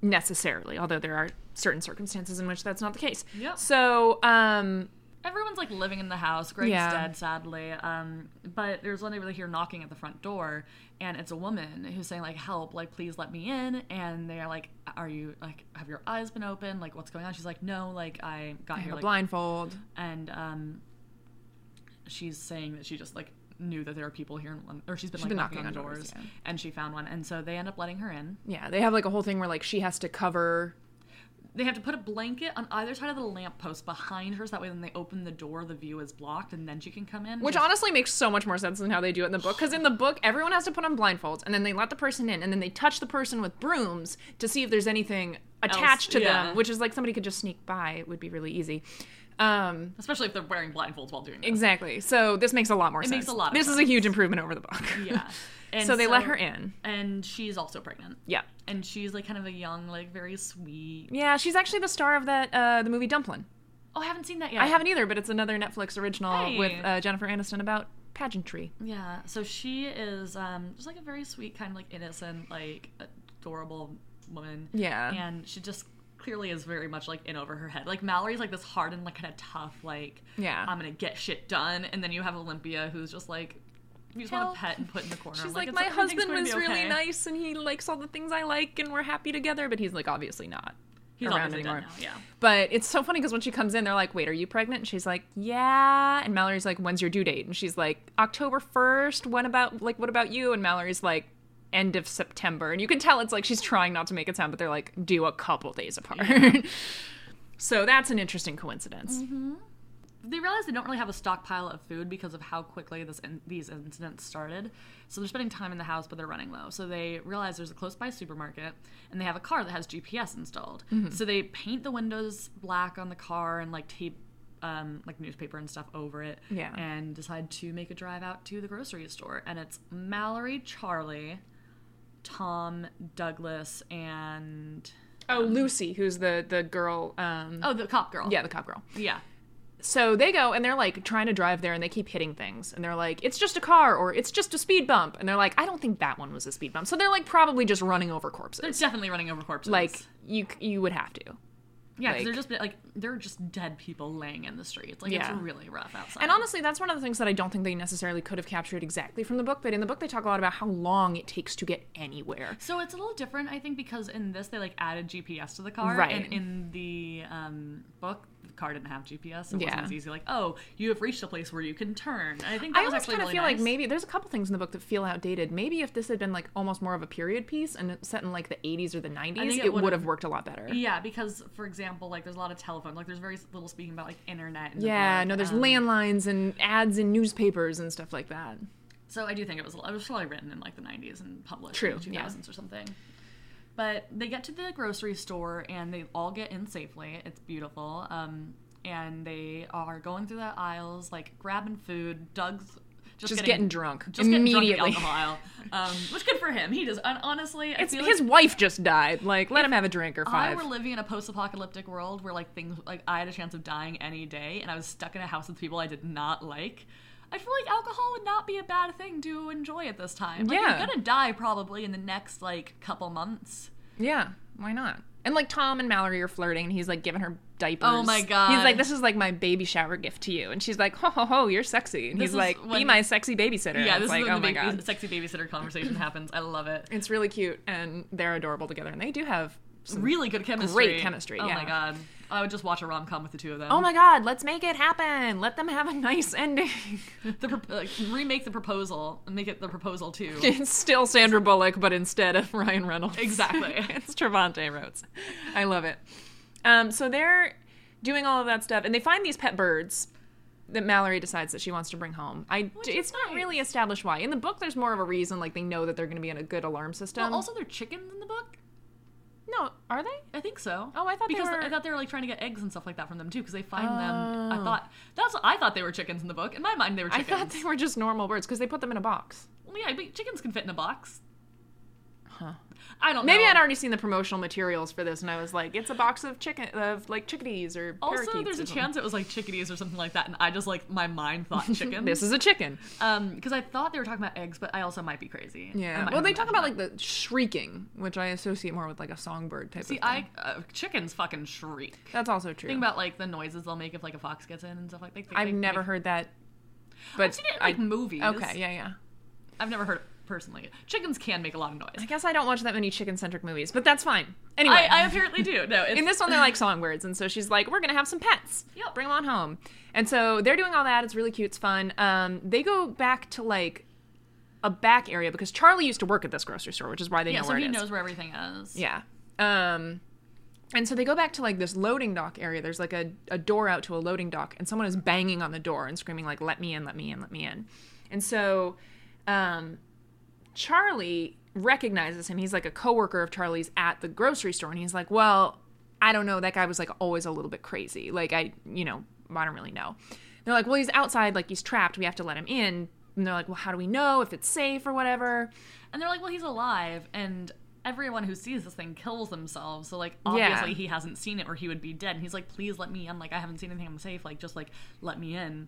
necessarily, although there are certain circumstances in which that's not the case.
Yep.
So, um,
everyone's like living in the house. Greg's
Yeah.
dead, sadly. Um, but there's one day where they hear knocking at the front door, and it's a woman who's saying like, "Help! Like, please let me in." And they're like, "Are you like, have your eyes been open? Like, what's going on?" She's like, "No, like, I got
I
here
have a
like
blindfold.
and um, she's saying that she just like knew that there are people here, and, or she's been like
been
knocking, on, doors,
yeah.
and she found one, and so they end up letting her in.
Yeah, they have like a whole thing where like she has to cover.
They have to put a blanket on either side of the lamppost behind her, so that way when they open the door, the view is blocked, and then she can come in.
Which
She's-
honestly makes so much more sense than how they do it in the book. Because in the book, everyone has to put on blindfolds and then they let the person in and then they touch the person with brooms to see if there's anything attached to
yeah.
them, which is like somebody could just sneak by. It would be really easy. Um,
especially if they're wearing blindfolds while doing this.
exactly. So this makes a lot more sense.
makes a lot of
This is a huge improvement over the book.
Yeah. And
*laughs* so they let her in.
and she's also pregnant.
Yeah.
And she's like kind of a young, like very sweet.
Yeah, she's actually the star of that uh, the movie Dumplin'.
Oh, I haven't seen that yet.
I haven't either, but it's another Netflix original
Hey.
with uh, Jennifer Aniston about pageantry.
Yeah. So she is um just like a very sweet, kind of like innocent, like adorable woman.
Yeah.
And she just clearly is very much like in over her head. Like Mallory's like this hardened, like kind of tough, like
Yeah.
I'm gonna get shit done. And then you have Olympia who's just like you just want
Help.
to pet and put in the corner.
She's like,
it's-
my
everything's
husband
going to
was
be
really
okay."
nice and he likes all the things I like and we're happy together, but he's like obviously not
He's
around
obviously dead
anymore.
now, yeah.
But it's so funny because when she comes in, they're like, wait, are you pregnant? And she's like, yeah. And Mallory's like, when's your due date? And she's like, October 1st. When about, like, what about you? And Mallory's like, end of September. And you can tell it's like she's trying not to make it sound, but they're like, due a couple days apart. *laughs* so that's an interesting coincidence.
they realize they don't really have a stockpile of food because of how quickly this in- these incidents started. So they're spending time in the house, but they're running low. So they realize there's a close by supermarket, and they have a car that has GPS installed.
Mm-hmm.
So they paint the windows black on the car and like tape. Um, like newspaper and stuff over it,
Yeah.
and decide to make a drive out to the grocery store. And it's Mallory, Charlie, Tom, Douglas, and
Oh, Lucy, who's the the girl. Um,
oh, the cop girl.
yeah, the cop girl.
yeah.
So they go and they're like trying to drive there, and they keep hitting things, and they're like, "It's just a car," or "It's just a speed bump," and they're like, "I don't think that one was a speed bump." So they're like probably just running over
They're
corpses.
definitely running over corpses.
Like you you would have to.
Yeah, 'cause
Like-
they're just like they're just dead people laying in the streets. Like
Yeah.
it's really rough outside.
And honestly, that's one of the things that I don't think they necessarily could have captured exactly from the book. But in the book, they talk a lot about how long it takes to get anywhere.
so it's a little different, I think, because in this they like added GPS to the car,
Right.
And in the um, book the car didn't have GPS. So it
Yeah.
wasn't as easy. Like, oh, you have reached a place where you can turn. And I think that
I
was
almost
actually
kind of
really
feel like
nice.
maybe there's a couple things in the book that feel outdated. Maybe if this had been like almost more of a period piece and set in like the 80s or the 90s,
think
it,
it
would
would've-
have worked a lot better.
Yeah, because for example, like there's a lot of telephone. Like there's very little speaking about like internet. And
Yeah, no,
Um,
there's landlines and ads in newspapers and stuff like that.
So I do think it was it was probably written in like the 90s and published
True,
in the
yeah.
2000s or something. But they get to the grocery store and they all get in safely. It's beautiful. Um, and they are going through the aisles, like grabbing food. Doug's
Just
just, getting,
getting drunk
just getting drunk at the
immediately.
alcohol aisle, um, which good for him. He does. And honestly, I
it's
feel
his
like
wife just died. Like, let him have a drink or
I
five.
were living in a post-apocalyptic world where like things like I had a chance of dying any day, and I was stuck in a house with people I did not like. I feel like alcohol would not be a bad thing to enjoy at this time. Like,
Yeah.
you're gonna die probably in the next like couple months.
yeah, why not? And like Tom and Mallory are flirting, and he's like giving her diapers.
Oh my God.
He's like, "This is like my baby shower gift to you," and she's like, "Ho ho ho, you're sexy," and
This
he's
is
like, "Be
when-
my sexy babysitter."
Yeah,
And
this
it's like,
is
oh
when
my
the baby,
god,
sexy babysitter
*clears throat*
conversation happens. I love it.
it's really cute, and they're adorable together, and they do have. Some...
Really good chemistry.
chemistry,
Oh
yeah.
my god, I would just watch a rom com with the two of them.
Oh my god, let's make it happen. Let them have a nice ending.
the pro- like, remake the proposal and make it the proposal
*laughs*
too.
it's still Sandra Bullock, but instead of Ryan Reynolds.
Exactly.
*laughs* it's Trevante Rhodes. I love it. Um, so they're doing all of that stuff, and they find these pet birds that Mallory decides that she wants to bring home. I
Which is
it's not
nice.
really established why. In the book, there's more of a reason, like they know that they're going to be in a good alarm system.
Well, also, they're chickens in the book.
no, are they?
I think so.
Oh, I thought they
because
were- Oh.
I thought they were like trying to get eggs and stuff like that from them too. Because they find them. I thought that's I thought they were chickens in the book. In my mind, they were
I
chickens.
thought they were just normal birds because they put them in a box.
Well, yeah, but chickens can fit in a box. Huh. I don't.
Maybe
know.
I'd already seen the promotional materials for this, and I was like, "It's a box of chicken, of like chickadees or parakeets."
Also, there's
or
a
something.
chance it was like chickadees or something like that, and I just like my mind
*laughs*
thought chicken.
This is a chicken.
um because I thought they were talking about eggs, but I also might be crazy. I
Yeah.
might
Well,
have
they talk
imagined
about like the shrieking, which I associate more with like a songbird type
See,
of thing.
I uh, chickens fucking shriek.
That's also true.
Think about like the noises they'll make if like a fox gets in and stuff like that. They-
I've
they
never
make-
heard that. But
I've seen it in like movies.
I, okay, yeah, yeah.
I've never heard it personally. Chickens can make a lot of noise.
I guess I don't watch that many chicken-centric movies, but that's fine. Anyway,
I, I apparently do. No, it's,
in this one they're *laughs* like songbirds, and so she's like, "We're gonna have some pets.
Yep.
Bring them on home." And so they're doing all that. It's really cute. It's fun. Um, they go back to like a back area because Charlie used to work at this grocery store, which is why they
yeah,
know
so
where it
he
is.
knows where everything is.
Yeah. Um and so they go back to like this loading dock area. There's like a, a door out to a loading dock and someone is banging on the door and screaming like let me in, let me in, let me in. And so um Charlie recognizes him. He's like a coworker of Charlie's at the grocery store and he's like, "Well, I don't know. That guy was like always a little bit crazy. Like I, you know, I don't really know." They're like, "Well, he's outside, like he's trapped. We have to let him in." And they're like, "Well, how do we know if it's safe or whatever?"
And they're like, well, he's alive, and everyone who sees this thing kills themselves. So like, obviously he hasn't seen it, or he would be dead. And he's like, please let me in. Like I haven't seen anything. I'm safe. Like just like let me in.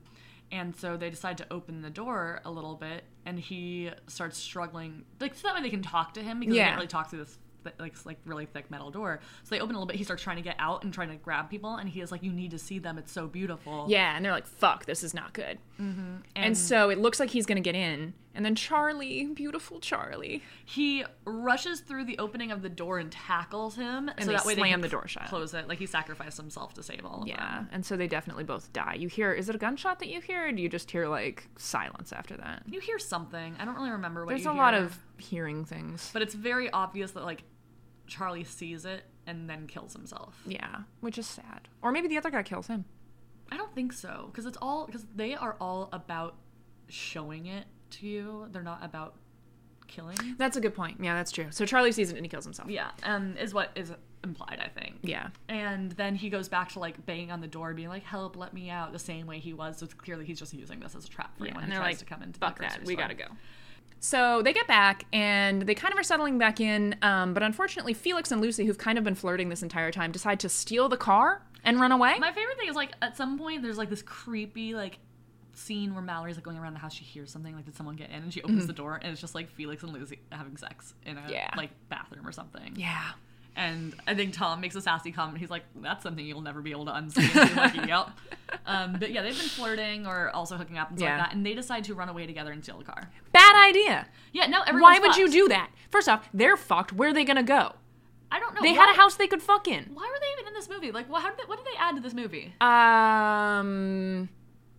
And so they decide to open the door a little bit, and he starts struggling. Like so that way they can talk to him because they
Yeah.
can't really talk through this. th- Like s- like really thick metal door, so they open a little bit. He starts trying to get out and trying to grab people, and he is like, "You need to see them. It's so beautiful."
Yeah, and they're like, "Fuck, this is not good." Mm-hmm. And, so it looks like he's gonna get in, and then Charlie, beautiful Charlie,
He rushes through the opening of the door and tackles him, so
they
that way they
slam
can
the door shut.
Close it. Like he sacrificed himself to save all of them.
yeah, and so they definitely both die. You hear, is it a gunshot that you hear, or do you just hear like silence after that?
You hear something. I don't really remember what.
There's
you
a lot
hear,
of hearing things.
but it's very obvious that like Charlie sees it and then kills himself.
yeah, which is sad. Or maybe the other guy kills him.
I don't think so because it's all because they are all about showing it to you. They're not about killing.
That's a good point. Yeah, that's true. So Charlie sees it and he kills himself.
Yeah, um, is what is implied. I think.
Yeah.
And then he goes back to like banging on the door, being like, "Help, let me out!" The same way he was. So it's clearly he's just using this as a trap for
Yeah,
anyone
and
who
they're
tries
like,
to come into
fuck
the grocery
that. We
store."
gotta go. So they get back and they kind of are settling back in, um, but unfortunately, Felix and Lucy, who've kind of been flirting this entire time, decide to steal the car and run away.
My favorite thing is like at some point there's like this creepy like scene where Mallory's like going around the house. She hears something like did someone get in? And she opens the door and it's just like Felix and Lucy having sex in a
Mm-hmm. Yeah.
like bathroom or something.
yeah,
And I think Tom makes a sassy comment. He's like, "That's something you'll never be able to unsee." And she's like, yep.
*laughs*
Um, but yeah, they've been flirting or also hooking up and stuff
Yeah.
like that. And they decide to run away together and steal the car.
bad idea.
Yeah, no. Everyone's
Why would you
fucked.
do that? First off, they're fucked. Where are they gonna go?
I don't know.
They
why,
had a house they could fuck in.
Why were they even in this movie? Like, what, how did they, what did they add to this movie?
Um,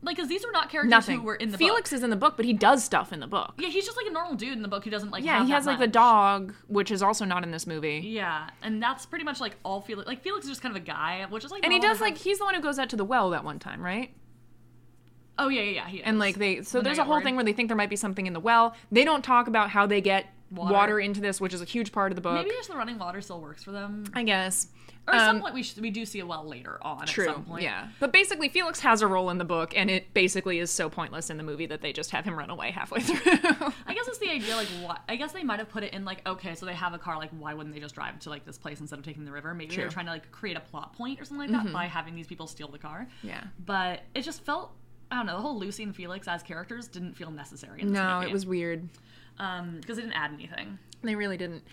Like, because these were not characters
nothing.
who were in the
Felix
book.
is in the book, but he does stuff in the book.
Yeah, he's just like a normal dude in the book who doesn't like.
Yeah,
have
he
that
has like the
much.
dog, which is also not in this movie.
Yeah, and that's pretty much like all Felix. Like Felix is just kind of a guy, which is like.
And he
normal
does
to have-
like he's the one who goes out to the well that one time, right?
Oh yeah, yeah, yeah. He is.
And like they so
When they
there's a
get
whole
worried.
thing where they think there might be something in the well. They don't talk about how they get water,
Water.
into this, which is a huge part of the book.
maybe just the running water still works for them.
I guess.
Or at some
Um,
point we should, we do see a well later on. At
True.
some point.
Yeah. But basically, Felix has a role in the book, and it basically is so pointless in the movie that they just have him run away halfway *laughs* through.
I guess it's the idea, like, what? I guess they might have put it in, like, okay, so they have a car, like, why wouldn't they just drive to, like, this place instead of taking the river? Maybe
True. Mm-hmm.
they're trying to, like, create a plot point or something like that by having these people steal the car.
yeah.
But it just felt, I don't know, the whole Lucy and Felix as characters didn't feel necessary in
*laughs*
this
No,
movie.
it was weird.
Um, because it didn't add anything.
They really didn't.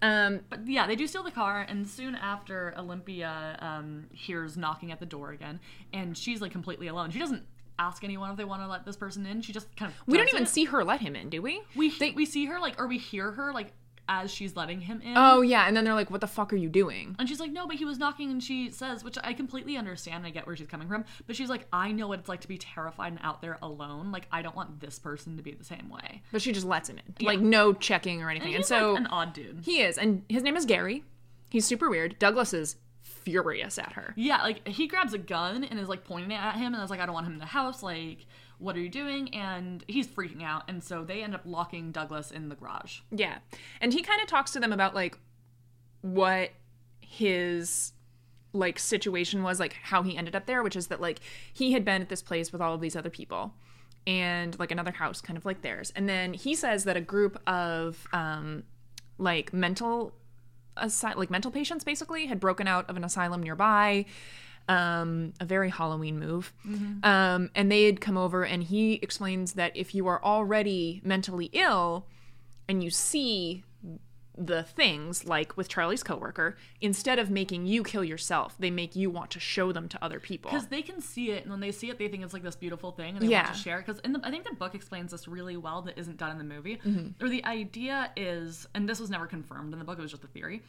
Um,
But yeah, they do steal the car, and soon after, Olympia um, hears knocking at the door again, and she's, like, completely alone. She doesn't ask anyone if they want to let this person in. She just kind of.
we don't
does
even
it.
see her let him in, do we?
We,
They-
we see her, like, or we hear her, like, as she's letting him in.
Oh yeah, and then they're like, "What the fuck are you doing?"
And she's like, no, but he was knocking. And she says, which I completely understand. and I get where she's coming from. But she's like, I know what it's like to be terrified and out there alone. Like, I don't want this person to be the same way.
But she just lets him in, like no checking or anything.
And
And,
he's
so
like an odd dude.
he is, and his name is Gary. He's super weird. Douglas is furious at her.
Yeah, like he grabs a gun and is like pointing it at him. And I was like, I don't want him in the house. Like, what are you doing? And he's freaking out. And so they end up locking Douglas in the garage.
Yeah, and he kind of talks to them about like what his like situation was, like how he ended up there, which is that like he had been at this place with all of these other people and like another house kind of like theirs. And then he says that a group of um like mental asy- like mental patients basically had broken out of an asylum nearby um a very halloween move um and they had come over and he explains that if you are already mentally ill and you see the things like with charlie's coworker instead of making you kill yourself they make you want to show them to other people
because they can see it, and when they see it, they think it's like this beautiful thing, and they
Yeah.
want to share. Because I think the book explains this really well that isn't done in the movie. Or the idea is, and this was never confirmed in the book; it was just a theory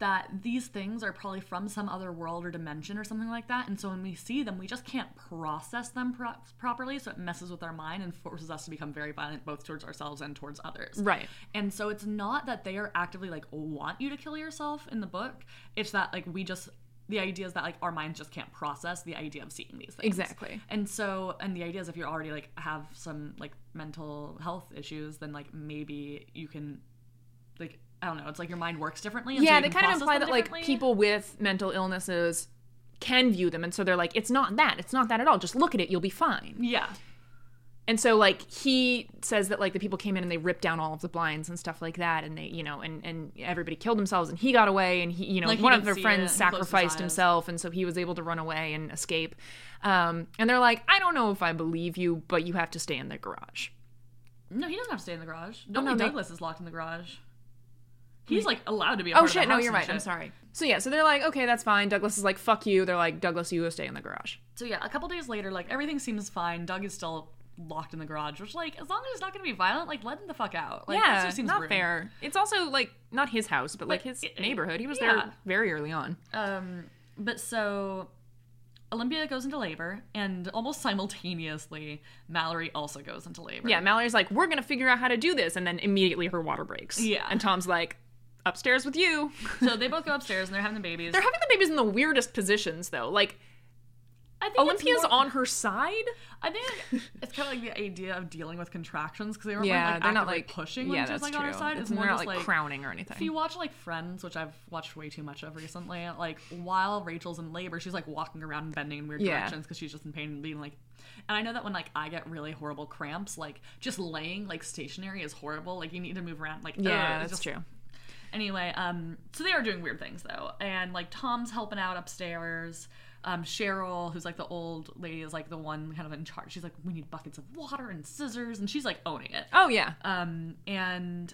that these things are probably from some other world or dimension or something like that. And so when we see them, we just can't process them pro- properly, so it messes with our mind and forces us to become very violent, both towards ourselves and towards others.
Right.
And so it's not that they are actively like want you to kill yourself in the book. It's that like we just the idea is that like our minds just can't process the idea of seeing these things.
Exactly.
And so and the idea is if you already like have some like mental health issues, then like maybe you can like I don't know, it's like your mind works differently. And so
yeah
you
they
can
kind of
process
imply
them
that like
differently.
people with mental illnesses can view them and so they're like it's not that it's not that at all just look at it you'll be fine
Yeah.
and so like he says that like the people came in and they ripped down all of the blinds and stuff like that and they you know and and everybody killed themselves and he got away and he you know
Like, he
one of
didn't
their
see
friends
it and closed his
sacrificed
eyes.
himself and so he was able to run away and escape um, and they're like i don't know if i believe you but you have to stay in the garage
No, he doesn't have to stay in the garage. Only
Oh, no, they-
Douglas is locked in the garage. He's like allowed to be a
oh
part of the
shit no
house
you're
and
right i'm
shit.
sorry so yeah so they're like okay that's fine douglas is like fuck you they're like douglas you go stay in the garage
So yeah, a couple days later, like everything seems fine. Doug is still locked in the garage, which like as long as it's not gonna be violent, like let him the fuck out. Like,
yeah
this just seems
not
rude.
fair it's also like not his house but like his
it- it-
neighborhood he was
yeah.
there very early on
Um, but so Olympia goes into labor, and almost simultaneously, Mallory also goes into labor.
Yeah, Mallory's like, we're gonna figure out how to do this, and then immediately her water breaks.
Yeah.
and Tom's like, upstairs with *laughs* you.
so they both go upstairs and they're having the babies.
They're having the babies in the weirdest positions though. Like
I think it's
Olympia's
more-
on her side.
I think it's kind of like the idea of dealing with contractions because they weren't
yeah,
like,
they're not
actively
like
pushing.
Yeah,
when she was,
that's
like
true.
on her side.
It's,
more
not
just
like, crowning or anything.
If you watch like Friends, which I've watched way too much of recently, like while Rachel's in labor, she's like walking around and bending in weird
Yeah.
directions because she's just in pain and being like. And I know that when like I get really horrible cramps, like just laying like stationary is horrible. Like you need to move around. Like
yeah,
ugh,
that's
it's just-
true.
Anyway, um, so they are doing weird things though, and like Tom's helping out upstairs. Um, Cheryl, who's like the old lady, is like the one kind of in charge. She's like, we need buckets of water and scissors, and she's like owning it.
Oh yeah,
Um, and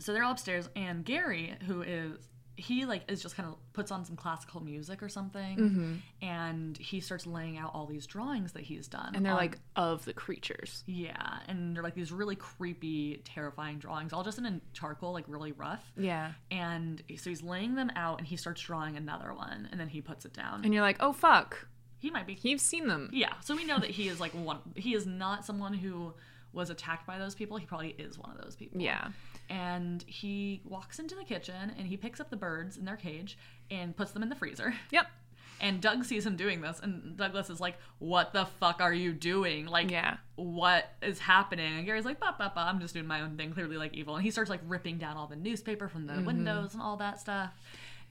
so they're all upstairs, and Gary, who is he like is just kind of puts on some classical music or something
Mm-hmm.
and he starts laying out all these drawings that he's done
And they're
on-
like of the creatures.
yeah and they're like these really creepy terrifying drawings all just in a charcoal like really rough
Yeah.
and so he's laying them out and he starts drawing another one and then he puts it down
And you're like, oh fuck,
he might be
you've seen them.
yeah so we know that he is like one he is not someone who was attacked by those people he probably is one of those people
Yeah.
and he walks into the kitchen and he picks up the birds in their cage and puts them in the freezer *laughs*
Yep.
and doug sees him doing this and douglas is like what the fuck are you doing like
Yeah.
what is happening and gary's like bah, bah, bah, i'm just doing my own thing clearly like evil and he starts like ripping down all the newspaper from the windows and all that stuff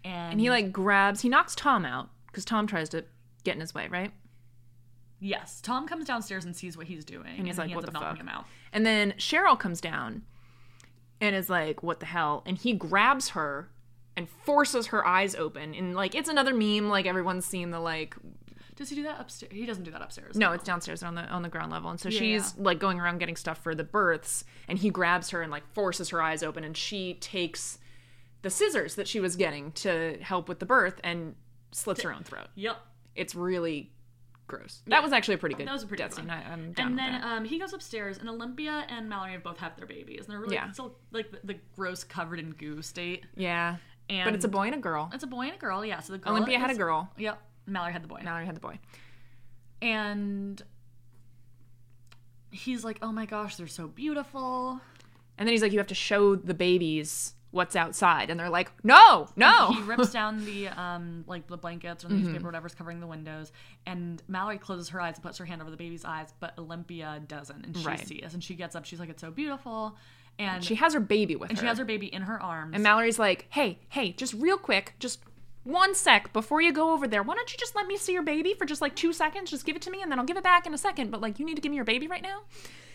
and,
Mm-hmm. And he like grabs, he knocks Tom out because Tom tries to get in his way, right?
yes tom comes downstairs and sees what he's doing and,
he's like,
he
what
ends up
the
knocking
fuck?
him out
And then Cheryl comes down and is like, what the hell? And he grabs her and forces her eyes open. And like, it's another meme. Like, everyone's seen the like,
Does he do that upstairs? He doesn't do that upstairs.
no, it's downstairs on the on the ground level. And so
Yeah,
she's like going around getting stuff for the births. And he grabs her and like forces her eyes open. And she takes the scissors that she was getting to help with the birth and slits her own throat.
Yep.
It's really gross. That was actually a pretty good
That was a pretty
death
good
scene.
one.
I, am down
And
with
then
that.
um, he goes upstairs, and Olympia and Mallory have both had their babies, and they're really
Yeah.
still like the, the gross covered in goo state.
yeah.
And
But it's a boy and a girl.
It's a boy and a girl. Yeah. So the girl
Olympia had a
is-
girl.
Yep. Mallory had the boy.
Mallory had the boy.
And he's like, "Oh my gosh, they're so beautiful."
And then he's like, "You have to show the babies what's outside," and they're like, "No, no."
He
*laughs*
rips down the um like the blankets
Mm-hmm.
or the newspaper or whatever's covering the windows, and Mallory closes her eyes and puts her hand over the baby's eyes, but Olympia doesn't, and she
Right.
sees, and she gets up. She's like, "It's so beautiful," and
she has her baby with
And
her.
she has her baby in her arms.
and Mallory's like, "Hey, hey, just real quick, just one sec before you go over there. Why don't you just let me see your baby for just like two seconds? Just give it to me, and then I'll give it back in a second. But like, you need to give me your baby right now."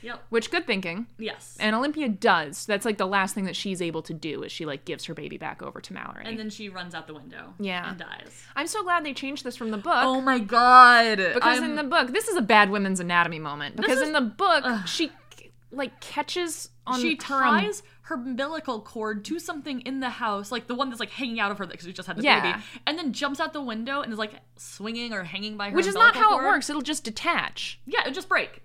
yep.
Which good thinking.
Yes. And,
And Olympia does. That's like the last thing that she's able to do is she like gives her baby back over to Mallory.
then she runs out the window.
Yeah.
And dies.
I'm so glad they changed this from the book.
Oh my god.
Because in the book, this is a bad women's anatomy moment. Because in the book, she like catches on
she
her um,
ties her umbilical cord to something in the house, like the one that's like hanging out of her because we just had the
Yeah.
baby, and then jumps out the window and is like swinging or hanging by her.
which is not
umbilical
how it
cord.
works. It'll just detach.
Yeah, it just break.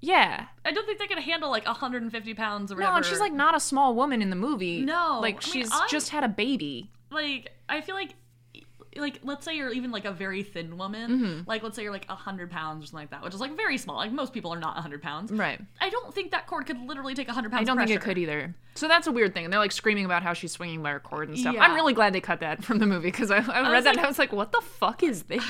Yeah.
I don't think they could handle like 150 pounds or whatever.
No, and she's like not a small woman in the movie.
No, I mean,
like she's
I'm-
just had a baby.
like I feel like like let's say you're even like a very thin woman
Mm-hmm.
like let's say you're like 100 pounds or something like that which is like very small like most people are not 100 pounds
Right.
i don't think that cord could literally take 100 pounds
I don't
pressure.
think it could either. So that's a weird thing. And they're like screaming about how she's swinging by her cord and stuff.
Yeah.
I'm really glad they cut that from the movie because I, I, read
was
that and
like-
I was like, what the fuck is
*laughs*
this?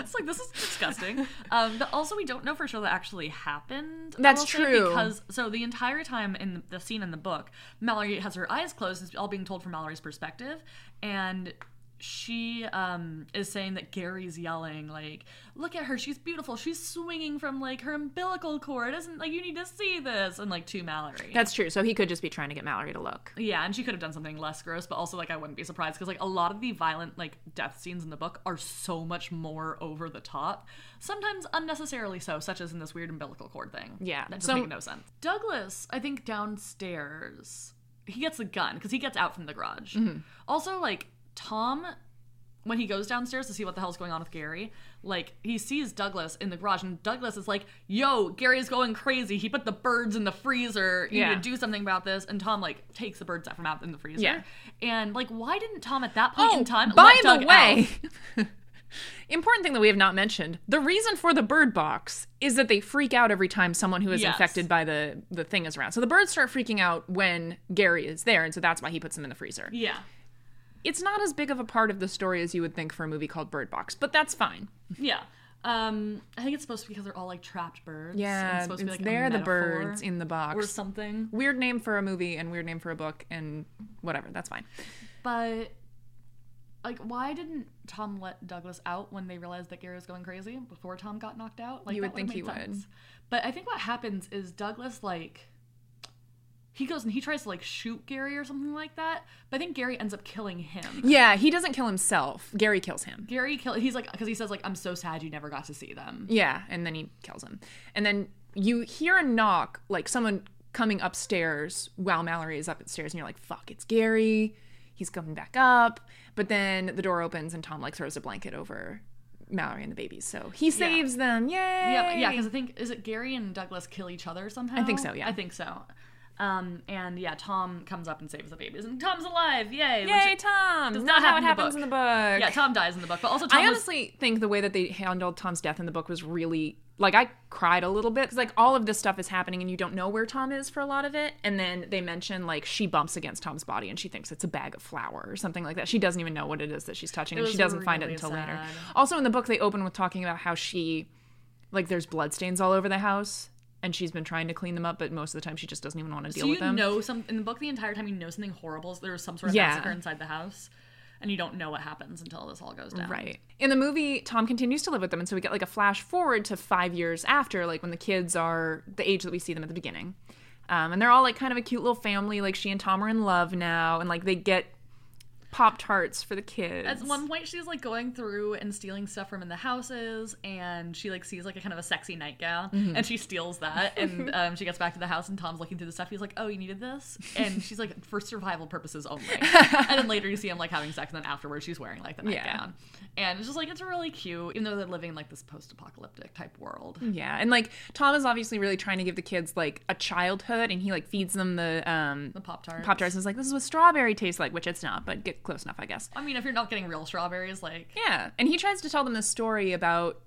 it's like this is
*laughs*
disgusting um but also we don't know for sure that actually happened I
That's
will say,
true.
because so the entire time in the scene in the book mallory has her eyes closed it's all being told from mallory's perspective and she um, is saying that Gary's yelling like, "Look at her! She's beautiful. She's swinging from like her umbilical cord. Isn't like you need to see this?" And like to Mallory,
That's true. So he could just be trying to get Mallory to look.
yeah, and she could have done something less gross, but also like I wouldn't be surprised because like a lot of the violent like death scenes in the book are so much more over the top, sometimes unnecessarily so, such as in this weird umbilical cord thing.
Yeah,
that doesn't
so-
make no sense. Douglas, I think downstairs he gets the gun because he gets out from the garage.
Mm-hmm.
Also, like Tom, when he goes downstairs to see what the hell's going on with Gary, like he sees Douglas in the garage, and Douglas is like, "Yo, Gary's going crazy. He put the birds in the freezer. You
Yeah.
need to do something about this." And Tom like takes the birds out from out in the freezer.
Yeah. Oh,
And like, why didn't Tom at that point in time?
By
let
the
Doug
way, *laughs*
out?
important thing that we have not mentioned: the reason for the bird box is that they freak out every time someone who is
Yes.
infected by the the thing is around. So the birds start freaking out when Gary is there, and so that's why he puts them in the freezer.
yeah.
It's not as big of a part of the story as you would think for a movie called Bird Box, but that's fine.
Yeah. Um, I think it's supposed to be because they're all like trapped birds. and
Yeah,
supposed
it's,
to be, like, a
they're the
metaphor
birds in the
or
box.
something.
Weird name for a movie and weird name for a book and whatever. That's fine.
But like, why didn't Tom let Douglas out when they realized that Gary was going crazy before Tom got knocked out? Like,
You
that
would think
would've made
he would.
sense. But I think what happens is Douglas like he goes and he tries to like shoot Gary or something like that. But I think Gary ends up killing him.
Yeah, he doesn't kill himself. Gary kills him.
Gary kill. He's like because he says like I'm so sad you never got to see them.
Yeah, and then he kills him. And then you hear a knock, like someone coming upstairs while Mallory is up upstairs, and you're like, fuck, it's Gary. he's coming back up, but then the door opens and Tom like throws a blanket over Mallory and the babies. So he saves them. Yay!
Yeah, yeah, because I think is it Gary and Douglas kill each other somehow.
I think so, yeah.
I think so. Um, and yeah, Tom comes up and saves the babies, and Tom's alive. Yay!
Yay,
which-
Tom!
does
Not
not
how it happens
happen
in
in
the
the
book.
yeah, Tom dies in the book, but also Tom
I
was,
honestly think the way that they handled Tom's death in the book was really like I cried a little bit because like all of this stuff is happening and you don't know where Tom is for a lot of it. And then they mention like she bumps against Tom's body and she thinks it's a bag of flour or something like that. She doesn't even know what it is that she's touching and she
was
doesn't find it
really
until later.
sad.
Also in the book they open with talking about how she like there's bloodstains all over the house and she's been trying to clean them up, but most of the time she just doesn't even want to deal
do you
with them.
know some in the book the entire time you know something horrible. There was some sort of
Yeah.
massacre inside the house, and you don't know what happens until this all goes down.
Right. Um, In the movie, Tom continues to live with them, and so we get like a flash forward to five years after, like when the kids are the age that we see them at the beginning. Um, and they're all like kind of a cute little family. Like she and Tom are in love now, and like they get Pop Tarts for the kids.
At one point, she's like going through and stealing stuff from in the houses, and she like sees like a kind of a sexy nightgown, and she steals that, and um, she gets back to the house, and Tom's looking through the stuff. He's like, "Oh, you needed this," and she's like, "For survival purposes only." and then later, you see him like having sex, and then afterwards, she's wearing like the
Yeah.
nightgown, and it's just like it's really cute, even though they're living in like this post-apocalyptic type world.
Yeah, and like Tom is obviously really trying to give the kids like a childhood, and he like feeds them the um,
The pop tart.
Pop Tarts. and Is like this is what strawberry tastes like, which it's not, but get close enough, I guess.
I mean, if you're not getting real strawberries, like
Yeah, and he tries to tell them this story about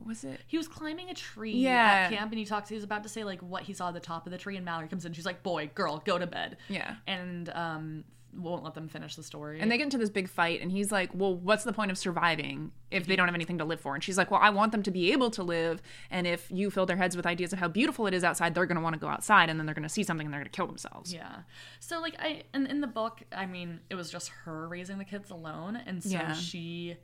was it
He was climbing a tree
Yeah.
at camp, and he talks. He was about to say like what he saw at the top of the tree, and Mallory comes in. She's like, "Boy, girl, go to bed."
Yeah.
and um, won't let them finish the story.
And they get into this big fight, and he's like, Well, what's the point of surviving if they don't have anything to live for? And she's like, Well, I want them to be able to live. And if you fill their heads with ideas of how beautiful it is outside, they're going to want to go outside, and then they're going to see something and they're going to kill themselves.
yeah. So like I and in the book, I mean, it was just her raising the kids alone, and so
Yeah.
she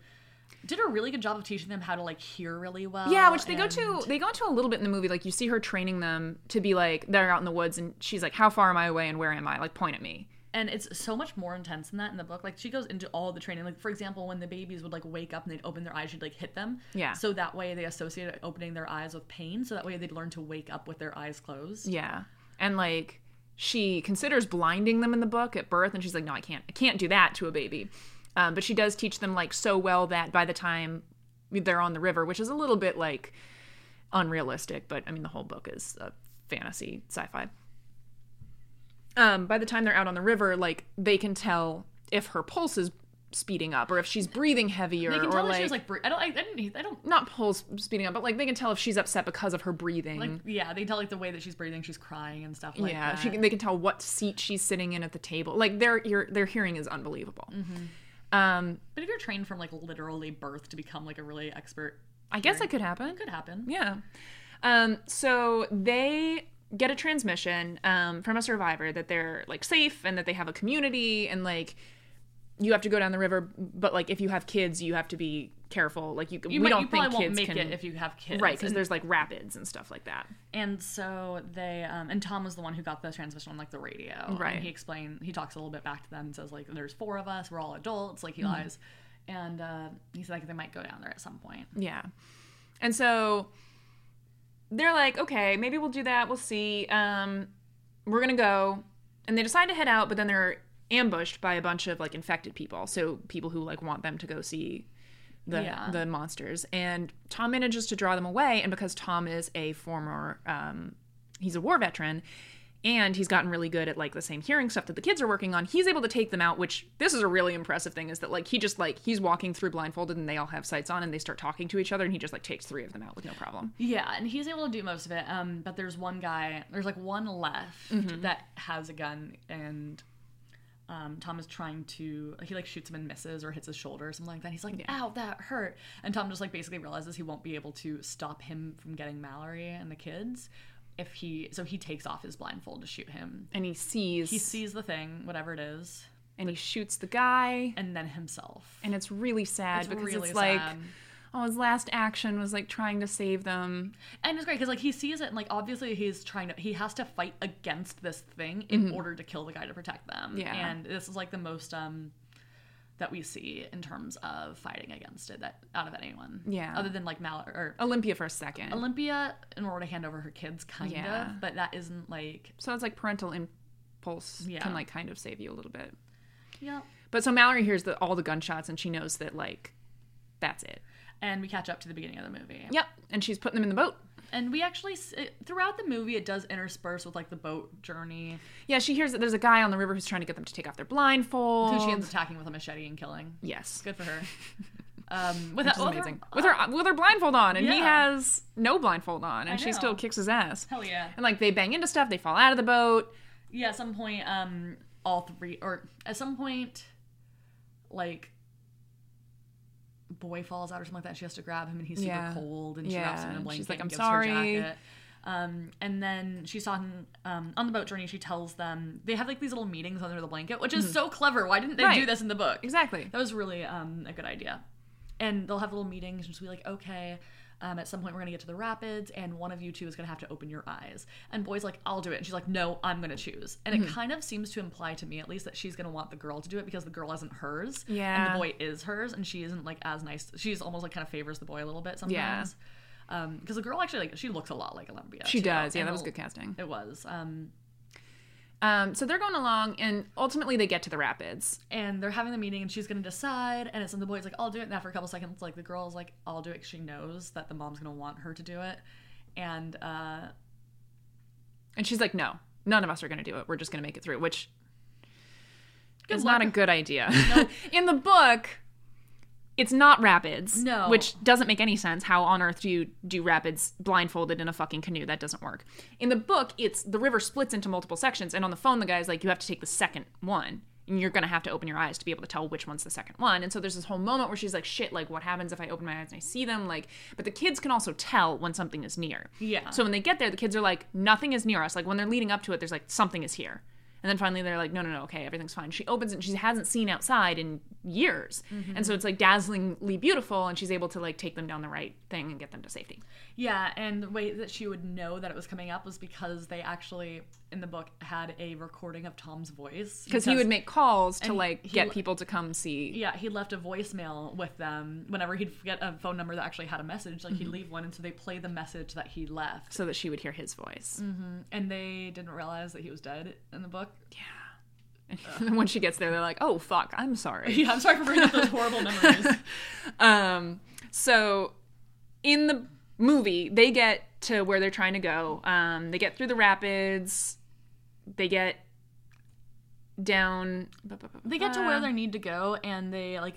did a really good job of teaching them how to like hear really well.
Yeah, which they go
and-
to they go into a little bit in the movie. Like you see her training them to be like they're out in the woods, and she's like, "How far am I away? And where am I? Like point at me."
and it's so much more intense than that in the book like she goes into all the training like for example when the babies would like wake up and they'd open their eyes she'd like hit them
Yeah.
so that way they associated opening their eyes with pain so that way they'd learn to wake up with their eyes closed
Yeah, and like she considers blinding them in the book at birth, and she's like, "No, I can't. I can't do that to a baby." Um, but she does teach them like so well that by the time they're on the river, which is a little bit like unrealistic, but I mean the whole book is a fantasy sci-fi. Um, by the time they're out on the river, like they can tell if her pulse is speeding up or if she's breathing heavier
they can
or
tell that
like
she was like bre- i don't i, I didn't i don't
not pulse speeding up, but like they can tell if she's upset because of her breathing.
like yeah they tell like the way that she's breathing she's crying and stuff like
yeah,
that
she can, they can tell what seat she's sitting in at the table. Like their ear, their hearing is unbelievable. Um,
but if you're trained from like literally birth to become like a really expert
I guess that could happen.
it could happen
Yeah. Um, so they get a transmission um, from a survivor that they're like safe and that they have a community and like you have to go down the river, but like if you have kids, you have to be careful. Like you, we
you, might,
don't
you
think
probably won't
kids can
make it if you have kids
right because
and
there's like rapids and stuff like that.
And so they, um, and Tom was the one who got the transmission on like the radio.
Right.
And he explained, he talks a little bit back to them and says like, there's four of us, we're all adults, like he lies. And uh, he's like, they might go down there at some point.
Yeah. And so they're like, okay, maybe we'll do that. We'll see. Um, we're going to go. And they decide to head out, but then they're ambushed by a bunch of like infected people. So people who like want them to go see the,
Yeah.
the monsters. And Tom manages to draw them away. And because Tom is a former, um, he's a war veteran. And he's gotten really good at like the same hearing stuff that the kids are working on. He's able to take them out, which this is a really impressive thing. Is that like he just like he's walking through blindfolded and they all have sights on and they start talking to each other and he just like takes three of them out with no problem.
Yeah, and he's able to do most of it. Um, but there's one guy, there's like one left that has a gun, and um, Tom is trying to, he like shoots him and misses or hits his shoulder or something like that. He's like, ow, that hurt. And Tom just like basically realizes he won't be able to stop him from getting Mallory and the kids if he, so he takes off his blindfold to shoot him.
And he sees
He sees the thing, whatever it is,
and he shoots the guy.
and then himself.
And it's really sad
It's
because
really
it's like
sad.
oh his last action was like trying to save them.
And it's great because like he sees it and like obviously he's trying to he has to fight against this thing in order to kill the guy to protect them.
Mm-hmm. Yeah.
And this is like the most um that we see in terms of fighting against it that out of anyone.
Yeah.
Other than like Mal or
Olympia for a second.
Olympia in order to hand over her kids kind
Yeah.
of, but that isn't like
so it's like parental impulse
Yeah.
can like kind of save you a little bit.
Yeah.
But so Mallory hears the, all the gunshots and she knows that like that's it.
And we catch up to the beginning of the movie.
Yep. And she's putting them in the boat.
And we actually, s- it, throughout the movie, it does intersperse with like the boat journey.
Yeah, she hears that there's a guy on the river who's trying to get them to take off their blindfold.
Who she ends up attacking with a machete and killing.
yes.
Good for
*laughs*
her. Um,
Which
with that,
is
with her-
amazing.
*laughs*
with her with her blindfold on and he
Yeah.
has no blindfold on and
I
she
know.
still kicks his ass.
hell yeah.
And like they bang into stuff, they fall out of the boat.
Yeah, at some point, um, all three, or at some point, like, boy falls out or something like that. And she has to grab him, and he's super
Yeah.
cold, and she wraps
Yeah,
him in a
and
blanket.
she's like,
and
"I'm
gives
sorry."
Her jacket. Um, and then she's talking um, on the boat journey. She tells them they have like these little meetings under the blanket, which is so clever. Why didn't they do
Mm-hmm. Right.
this in the book?
Exactly.
That was really um, a good idea. And they'll have little meetings and just be like, okay, um, at some point we're going to get to the rapids and one of you two is going to have to open your eyes. And Boy's like, I'll do it. And she's like, no, I'm going to choose. And
Mm-hmm.
it kind of seems to imply to me, at least, that she's going to want the girl to do it because the girl isn't hers. And
Yeah.
the boy is hers. And she isn't like as nice. She's almost like kind of favors the boy a little bit sometimes. Because the girl actually, like, she looks a lot like Olympia.
She
too.
does. Yeah,
And
that was
the-
good casting.
It was. Um,
Um, so they're going along, and ultimately they get to the rapids.
and they're having the meeting and she's gonna decide and it's and the boy's like i'll do it and after a couple seconds like the girl's like i'll do it 'cause she knows that the mom's gonna want her to do it and uh
And she's like, no, none of us are going to do it. We're just going to make it through, which
Good
is
luck.
not a good
*laughs*
idea. *laughs* In the book, it's not rapids.
No.
Which doesn't make any sense. How on earth do you do rapids blindfolded in a fucking canoe? That doesn't work. In the book, it's the river splits into multiple sections, and on the phone, the guy's like, you have to take the second one. And you're gonna have to open your eyes to be able to tell which one's the second one. And so there's this whole moment where she's like, shit, like what happens if I open my eyes and I see them? Like, but the kids can also tell when something is near.
Yeah.
So when they get there, the kids are like, nothing is near us. Like when they're leading up to it, there's like something is here. And then finally they're like, no, no, no, okay, everything's fine. She opens it and she hasn't seen outside in years. And so it's like dazzlingly beautiful and she's able to like take them down the right thing and get them to safety.
yeah and the way that she would know that it was coming up was because they actually in the book had a recording of tom's voice
Because he would make calls to
and
like
he
get
le-
people to come see.
yeah, he left a voicemail with them whenever he'd get a phone number that actually had a message. Like he'd leave one, and so they play the message that he left,
Mm-hmm. So that she would hear his voice.
and they didn't realize that he was dead in the book.
And then *laughs* when she gets there, they're like, "Oh fuck, I'm sorry."
*laughs* Yeah, I'm sorry for bringing up
*laughs*
those horrible memories.
Um, so in the movie, they get to where they're trying to go. Um, they get through the rapids. They get down.
They get to
Uh.
where they need to go and they like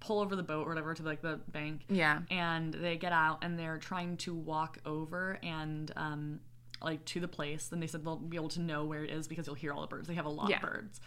pull over the boat or whatever to like the bank
Yeah.
and they get out and they're trying to walk over and um like to the place then they said they'll be able to know where it is because you'll hear all the birds they have a lot
Yeah.
of birds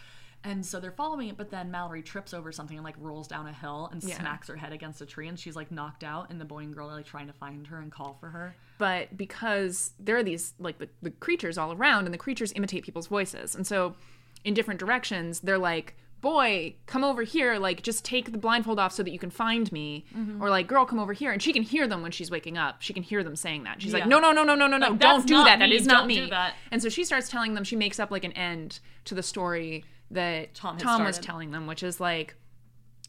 and so they're following it but then mallory trips over something and like rolls down a hill and
Yeah.
smacks her head against a tree and she's like knocked out and the boy and girl are like trying to find her and call for her
But because there are these like the, the creatures all around, and the creatures imitate people's voices, and so in different directions, they're like. Boy, come over here. Like, just take the blindfold off so that you can find me.
Mm-hmm.
Or, like, girl, come over here. And she can hear them when she's waking up. She can hear them saying that. She's like,
Yeah.
no, no, no, no, no, no, no.
Like, that's
Don't do
not
that. That
me.
is not
Don't
me.
do that.
And so she starts telling them, she makes up like an end to the story that
Tom
Tom,
had
was
started.
telling them, which is like,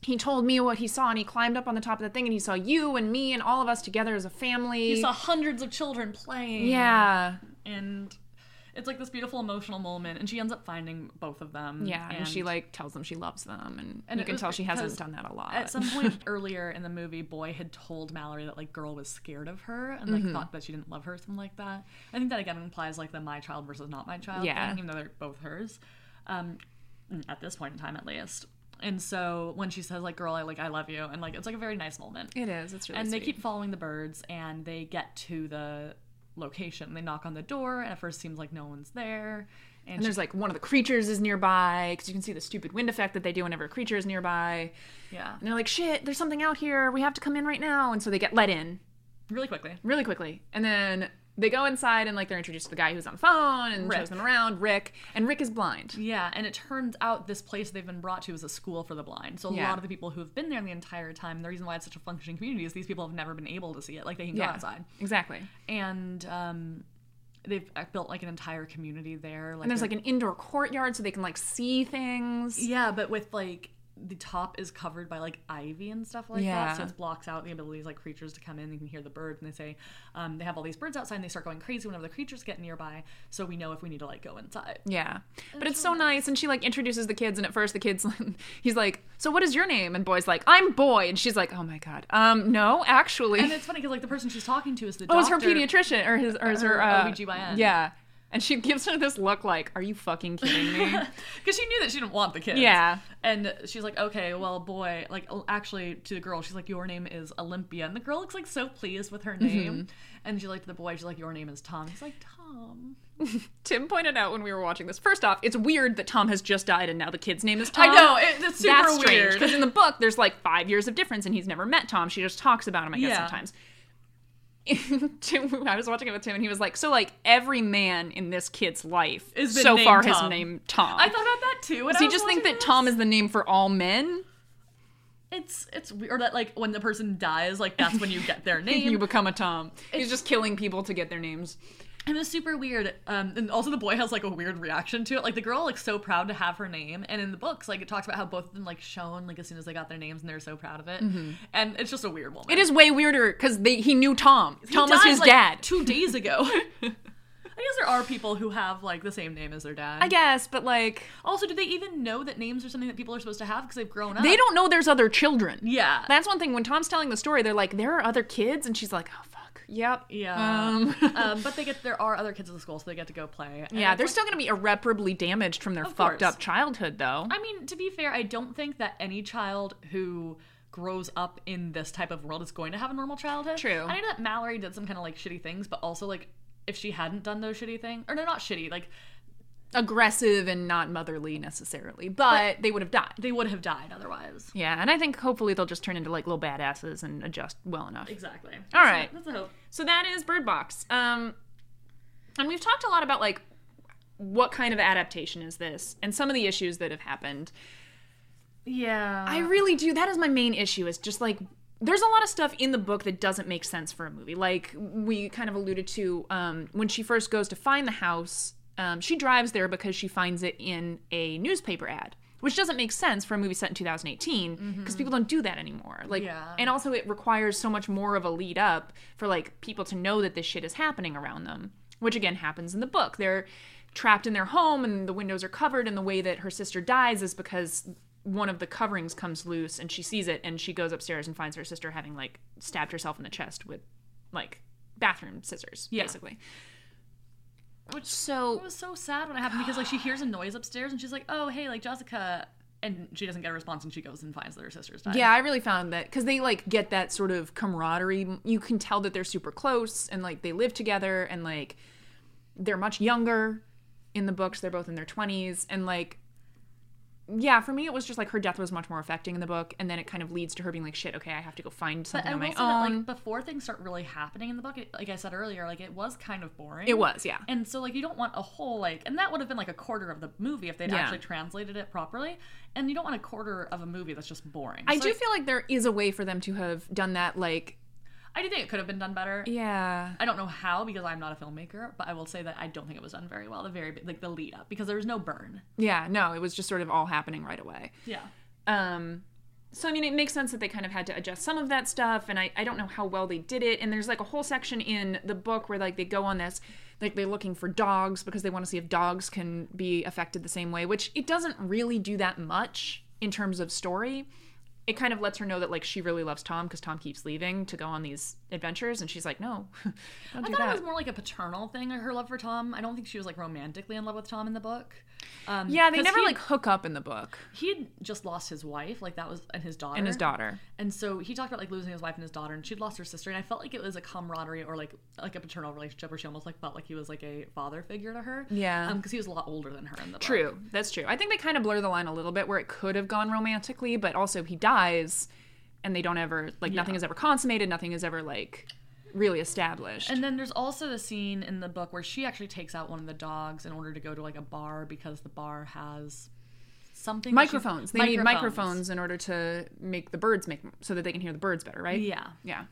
he told me what he saw and he climbed up on the top of the thing and he saw you and me and all of us together as a family.
you saw hundreds of children playing
yeah.
and it's like this beautiful emotional moment and she ends up finding both of them
Yeah. And, she like tells them she loves them and,
And
you
it
can
was
tell she hasn't
because
done that a lot.
at
*laughs*
some point earlier in the movie boy had told mallory that like girl was scared of her and
Mm-hmm.
like thought that she didn't love her or something like that i think that again implies like the my child versus not my child
Yeah.
thing, even though they're both hers um at this point in time at least and so when she says like girl i like i love you and like it's like a very nice moment
it is. It's really
and they
sweet.
keep following the birds and they get to the location they knock on the door and at first seems like no one's there and,
And there's like one of the creatures is nearby because you can see the stupid wind effect that they do whenever a creature is nearby.
she, yeah
And they're like, shit, there's something out here. We have to come in right now. And so they get let in.
really quickly
really quickly. And then they go inside and like they're introduced to the guy who's on the phone and
Rick.
shows them around, Rick. And Rick is blind.
Yeah, and it turns out this place they've been brought to is a school for the blind. So a
Yeah.
lot of the people who have been there the entire time, the reason why it's such a functioning community is these people have never been able to see it. Like they can go outside,
Exactly.
and um, they've uh, built like an entire community there. Like
And there's
they're-
like an indoor courtyard so they can like see things.
yeah, but with like the top is covered by like ivy and stuff like
Yeah.
that, so it blocks out the ability of like creatures to come in. You can hear the birds, and they say um, they have all these birds outside, and they start going crazy whenever the creatures get nearby. So we know if we need to like go inside.
Yeah. But it's so nice. And she like introduces the kids. And at first, the kid's *laughs* he's like, So what is your name? And boy's like, I'm boy. And she's like, Oh my God. Um, no, actually. *laughs*
And it's funny because like the person she's talking to is the
it was
doctor.
Oh, her pediatrician or his or his,
Her
her uh,
OBGYN.
Yeah. And she *laughs* gives her this look like, Are you fucking kidding *laughs*
*laughs*
me?
because she knew that she didn't want the kids.
Yeah.
And she's like, okay, well, boy, like, oh, actually, to the girl, she's like, your name is Olympia, and the girl looks like so pleased with her
Mm-hmm.
name, and she like to the boy, she's like, your name is Tom. He's like, Tom.
Tim pointed out when we were watching this. First off, it's weird that Tom has just died and now the kid's name is Tom.
I know it, Um, it's super
That's strange
weird.
because in the book there's like five years of difference and he's never met Tom. She just talks about him, I guess,
Yeah.
sometimes. *laughs* Tim, I was watching it with Tim and he was like, so like every man in this kid's life
Is been
so
named
far has
Tom.
named Tom.
I thought about that too. when
Does
I
he
was
just think
watching
that
this.
Tom is the name for all men?
It's it's weird or that like when the person dies, like that's when you
*laughs*
get their name.
You become a Tom. He's just killing people to get their names.
It was super weird. Um, and also the boy has like a weird reaction to it. Like the girl like so proud to have her name. And in the books, like it talks about how both of them like shone like as soon as they got their names and they're so proud of it. And it's just a weird woman.
Mm-hmm. It is way weirder because he knew Tom.
He
Tom was
died,
his
like,
dad.
Two
*laughs*
days ago. I guess there are people who have like the same name as their dad.
I guess, but like
also, do they even know that names are something that people are supposed to have because they've grown up?
they don't know there's other children.
Yeah.
That's one thing. When Tom's telling the story, they're like, "There are other kids," and she's like, "Oh fuck, yep,
yeah.
*laughs* um,
Um, but they get there are other kids at the school, so they get to go play. And
yeah."
it's
They're
like-
still gonna be irreparably damaged from their
Of
fucked
course.
up childhood, though.
I mean, to be fair, I don't think that any child who grows up in this type of world is going to have a normal childhood.
True.
I know that Mallory did some kind of like shitty things, but also like if she hadn't done those shitty things, or no, not shitty, like
Aggressive and not motherly necessarily, but, they would have died.
they would have died otherwise.
Yeah, and I think hopefully they'll just turn into like little badasses and adjust well enough.
Exactly. All
All
right.
right.
That's a hope.
So that is Bird Box. Um, and we've talked a lot about like what kind of adaptation is this, and some of the issues that have happened.
Yeah.
I really do. That is my main issue. Is just like there's a lot of stuff in the book that doesn't make sense for a movie. Like we kind of alluded to um, when she first goes to find the house, um, she drives there because she finds it in a newspaper ad, which doesn't make sense for a movie set in 2018 because people don't do that anymore. Like,
Yeah.
and also it requires so much more of a lead up for like people to know that this shit is happening around them, which again happens in the book. They're trapped in their home and the windows are covered, and the way that her sister dies is because one of the coverings comes loose and she sees it and she goes upstairs and finds her sister having like stabbed herself in the chest with like bathroom scissors
Yeah.
basically
Which
so
It was so sad when it happened because like she hears a noise upstairs and she's like, "Oh, hey, like Jessica," and she doesn't get a response and she goes and finds that her sister's died.
yeah i really found that because they like get that sort of camaraderie you can tell that they're super close and like they live together and like they're much younger in the books they're both in their 20s and like yeah for me it was just like her death was much more affecting in the book and then it kind of leads to her being like shit okay i have to go find
But
something
I
on
will
my
say
own
that like before things start really happening in the book, it, like I said earlier, like it was kind of boring.
it was yeah
And so like you don't want a whole like and that would have been like a quarter of the movie if they'd
Yeah.
actually translated it properly. And you don't want a quarter of a movie that's just boring.
I
So,
do
like,
feel like there is a way for them to have done that, like,
I do think it could have been done better.
yeah.
I don't know how because I'm not a filmmaker, but I will say that I don't think it was done very well. The very like the lead up because there was no burn.
Yeah, no, it was just sort of all happening right away.
Yeah.
Um, so, I mean, it makes sense that they kind of had to adjust some of that stuff, and I, I don't know how well they did it. And there's like a whole section in the book where, like, they go on this, like, they're looking for dogs because they want to see if dogs can be affected the same way, which it doesn't really do that much in terms of story. It kind of lets her know that, like, she really loves Tom because Tom keeps leaving to go on these adventures, and she's like, no, *laughs* don't
I
do
thought
that.
it was more like a paternal thing, her love for Tom. I don't think she was like romantically in love with Tom in the book. Um,
Yeah, they
'cause
never
he-
like hook up in the book
he had just lost his wife, like that was and his daughter.
and his daughter.
And so he talked about like losing his wife and his daughter, and she'd lost her sister. And I felt like it was a camaraderie or like like a paternal relationship where she almost like felt like he was like a father figure to her.
Yeah.
because he was a lot older than her in the book.
True, that's true. I think they kind of blur the line a little bit where it could have gone romantically, but also he dies, and they don't ever like nothing is ever consummated, nothing is ever like really established.
And then there's also the scene in the book where she actually takes out one of the dogs in order to go to like a bar because the bar has something that she-
microphones. They need microphones in order to make the birds make so that they can hear the birds better, right?
Yeah.
Yeah.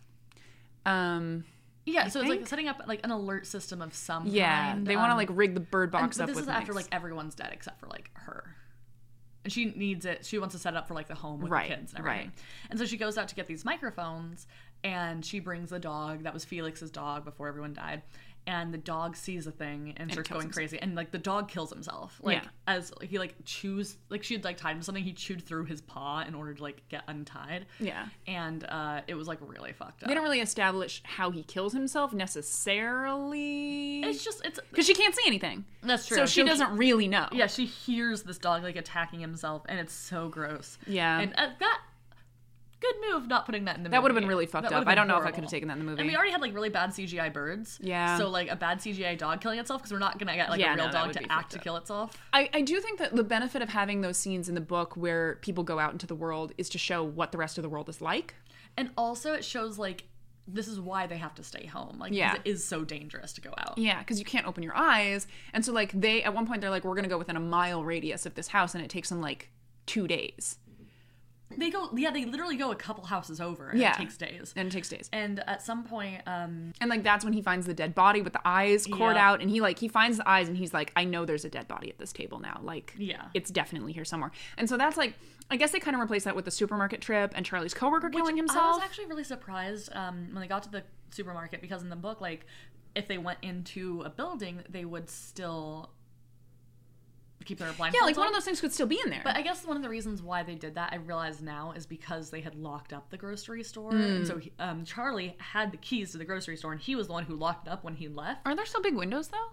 Um.
Yeah, so it's
think?
like setting up like an alert system of some
Yeah.
kind.
they want to
um,
like rig the bird
and-
box
but
up
this
with
is after
mics.
like everyone's dead except for like her. and she needs it. She wants to set it up for like the home with
Right,
the kids and
right.
everything. And so she goes out to get these microphones, and she brings a dog that was Felix's dog before everyone died. And the dog sees the thing and, starts
kills
going crazy, and like the dog kills himself. Like
Yeah.
as he like chews, like she had like tied him to something, he chewed through his paw in order to like get untied.
Yeah.
and uh, it was like really fucked up.
They don't really establish how he kills himself necessarily.
it's just it's
Because she can't see anything.
that's true.
So she
She'll-
doesn't really know.
Yeah, she hears this dog like attacking himself, and it's so gross.
Yeah.
and uh, that good move not putting that in the
That would have
movie.
been really fucked
That
up.
would've
I
been
don't know if I
horrible.
could have taken that in the movie.
And we already had like really bad CGI birds.
Yeah.
So like a bad CGI dog killing itself because we're not gonna get like
Yeah,
a real
no, that
dog
would be
to
fucked
act to
up.
kill itself.
I, I do think that the benefit of having those scenes in the book where people go out into the world is to show what the rest of the world is like.
And also it shows like this is why they have to stay home. Like 'cause
Yeah.
it is so dangerous to go out.
Yeah, because you can't open your eyes. And so, like, they, at one point, they're like, we're going to go within a mile radius of this house, and it takes them, like, two days.
They go yeah they literally go a couple houses over. And
Yeah.
it takes days.
And it takes days.
And at some point, um,
And, like, that's when he finds the dead body with the eyes cored
Yeah.
out. And he, like, he finds the eyes, and he's like, I know there's a dead body at this table now. Like,
Yeah.
it's definitely here somewhere. And so that's, like, I guess they kind of replace that with the supermarket trip and Charlie's coworker killing
I
himself.
was actually really surprised um, when they got to the supermarket because in the book, like, if they went into a building, they would still keep their blindfolds.
yeah, like, one
on.
of those things could still be in there.
But I guess one of the reasons why they did that, I realize now, is because they had locked up the grocery store.
Hmm.
And so he, um, Charlie had the keys to the grocery store, and he was the one who locked it up when he left.
Aren't there still big windows, though?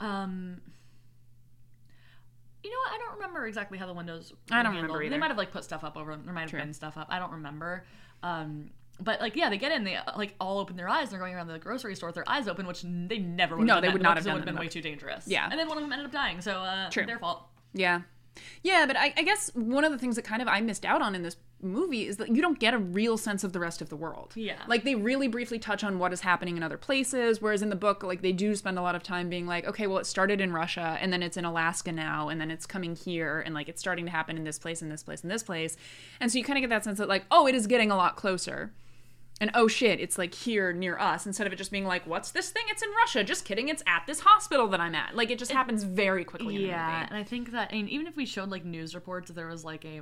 Um, you know what? I don't remember exactly how the windows.
I don't
were
remember
handled.
either.
They might have like put stuff up over. them. There might have
True.
been stuff up. I don't remember. Um, but like yeah, they get in. They uh, like all open their eyes. and They're going around the grocery store with their eyes open, which they never. would
No,
have done
they
that
would not
in the book,
have
'cause it
done that
would
in
been
the
way
book.
too dangerous.
Yeah.
and then one of them ended up dying. So uh,
True.
their fault.
Yeah. Yeah, but I, I guess one of the things that kind of I missed out on in this movie is that you don't get a real sense of the rest of the world.
Yeah.
Like they really briefly touch on what is happening in other places, whereas in the book, like they do spend a lot of time being like, okay, well, it started in Russia and then it's in Alaska now and then it's coming here and like it's starting to happen in this place and this place and this place. And so you kind of get that sense that like, oh, it is getting a lot closer. And oh shit, it's like here near us instead of it just being like, what's this thing? It's in Russia. Just kidding, it's at this hospital that I'm at. Like it just happens very quickly in the movie.
and I think that I mean, even if we showed like news reports, if there was like a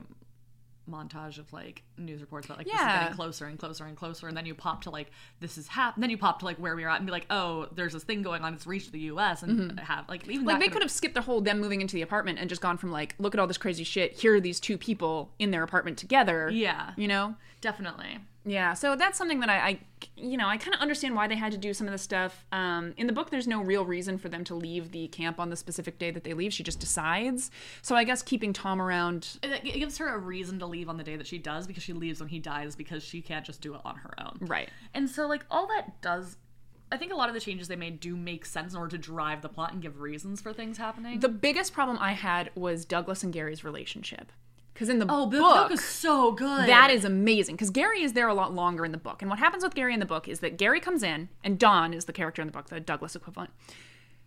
montage of like news reports about like this is
Yeah.
getting closer and closer and closer, and then you pop to like this is hap, then you pop to like where we are at, and be like, oh, there's this thing going on, it's reached the U.S. and have like even
Mm-hmm. Like
that
they
could've-
could have skipped the whole them moving into the apartment and just gone from like, look at all this crazy shit. Here are these two people in their apartment together.
yeah,
You know?
definitely.
Yeah. So that's something that I, I you know, I kind of understand why they had to do some of this stuff. Um, in the book, there's no real reason for them to leave the camp on the specific day that they leave. She just decides. So I guess keeping Tom around.
It it gives her a reason to leave on the day that she does because she leaves when he dies because she can't just do it on her own.
Right.
And so, like, all that does, I think a lot of the changes they made do make sense in order to drive the plot and give reasons for things happening.
The biggest problem I had was Douglas and Gary's relationship. Because in the
oh, the
book,
book is so good.
That is amazing because Gary is there a lot longer in the book. And what happens with Gary in the book is that Gary comes in, and Don is the character in the book, the Douglas equivalent.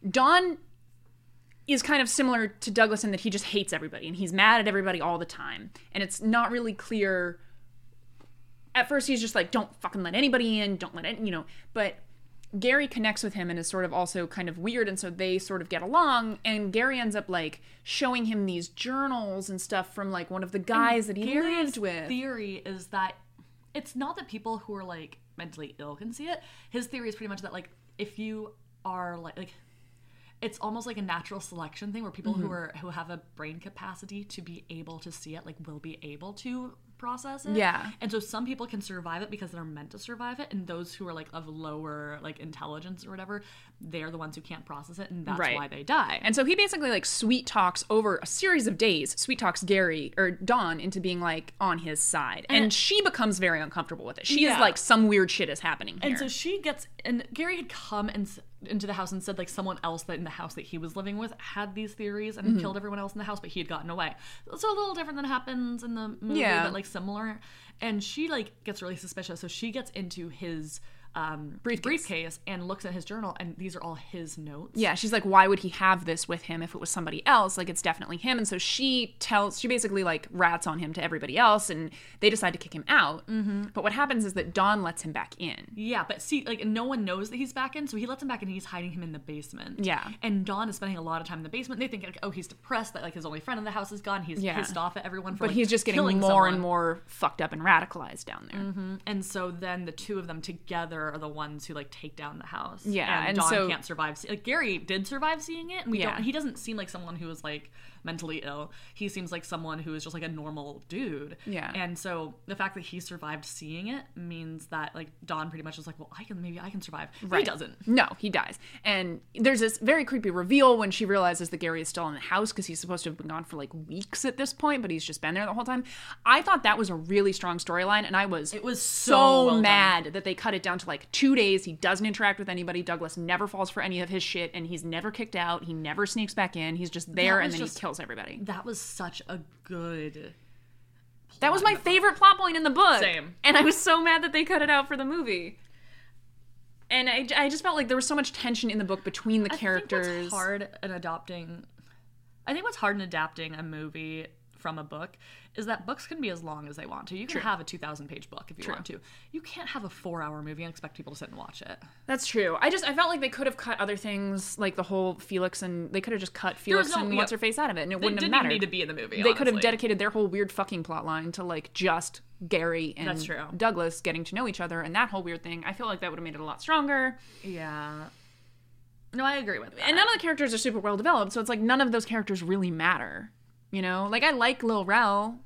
Don is kind of similar to Douglas in that he just hates everybody and he's mad at everybody all the time. And it's not really clear. At first, he's just like, don't fucking let anybody in, don't let it, you know. But Gary connects with him and is sort of also kind of weird, and so they sort of get along. And Gary ends up like showing him these journals and stuff from like one of the guys that he lived with.
theory is that it's not that people who are like mentally ill can see it. His theory is pretty much that like if you are like like it's almost like a natural selection thing where people
Mm-hmm.
who are who have a brain capacity to be able to see it like will be able to process it.
Yeah.
And so some people can survive it because they're meant to survive it and those who are like of lower like intelligence or whatever, they're the ones who can't process it and that's
Right.
why they die.
And so he basically like sweet talks over a series of days, sweet talks Gary or Dawn into being like on his side. And, she becomes very uncomfortable with it. She is
Yeah.
like, some weird shit is happening here.
And so she gets, and Gary had come and s- into the house and said like someone else that in the house that he was living with had these theories and
Mm-hmm.
killed everyone else in the house, but he had gotten away. So a little different than happens in the movie,
Yeah.
but like similar. And she like gets really suspicious, so she gets into his um,
Briefcase.
briefcase and looks at his journal, and these are all his notes.
Yeah, she's like, why would he have this with him if it was somebody else? Like, it's definitely him. And so she tells, she basically like rats on him to everybody else, and they decide to kick him out. Mm-hmm. But what happens is that Dawn lets him back in.
Yeah, but see, like no one knows that he's back in, so he lets him back in. and He's hiding him in the basement.
Yeah.
and Dawn is spending a lot of time in the basement. They think like, oh, he's depressed that like his only friend in the house is gone. He's
Yeah.
pissed off at everyone for.
But
like,
he's just getting more
killing
and
someone.
more fucked up and radicalized down there.
And so then the two of them together are the ones who like take down the house.
Yeah,
and,
and
Dawn
so-
can't survive. see- Like Gary did survive seeing it, and we
Yeah.
don't. He doesn't seem like someone who is like mentally ill. He seems like someone who is just like a normal dude.
Yeah.
And so the fact that he survived seeing it means that like Dawn pretty much is like, well, I can maybe I can survive. But He
Right.
doesn't.
No, he dies. And there's this very creepy reveal when she realizes that Gary is still in the house because he's supposed to have been gone for like weeks at this point, but he's just been there the whole time. I thought that was a really strong storyline, and I was
It was so,
so
well done.
mad that they cut it down to like two days. He doesn't interact with anybody. Douglas never falls for any of his shit, and he's never kicked out. He never sneaks back in. He's just there,
That
and
was
then
just-
he kills everybody.
That was such a good.
That was my favorite plot point in the book.
Same.
And I was so mad that they cut it out for the movie. And I, I just felt like there was so much tension in the book between the characters.
I think what's hard in adopting. I think what's hard in adapting a movie from a book is that books can be as long as they want to. You can have a two thousand page book if you want to. You can't have a four hour movie and expect people to sit and watch it.
That's true. I just I felt like they could have cut other things, like the whole Felix and they could have just cut Felix
was no-
and
yeah.
what's her face out of it, and it
They
wouldn't have
didn't
mattered.
need to be in the movie.
they could have
honestly.
dedicated their whole weird fucking plot line to like just Gary and
That's true.
Douglas getting to know each other and that whole weird thing. I feel like that would have made it a lot stronger.
Yeah. No, I agree with that.
And none of the characters are super well developed, so it's like none of those characters really matter. You know, like I like Lil Rel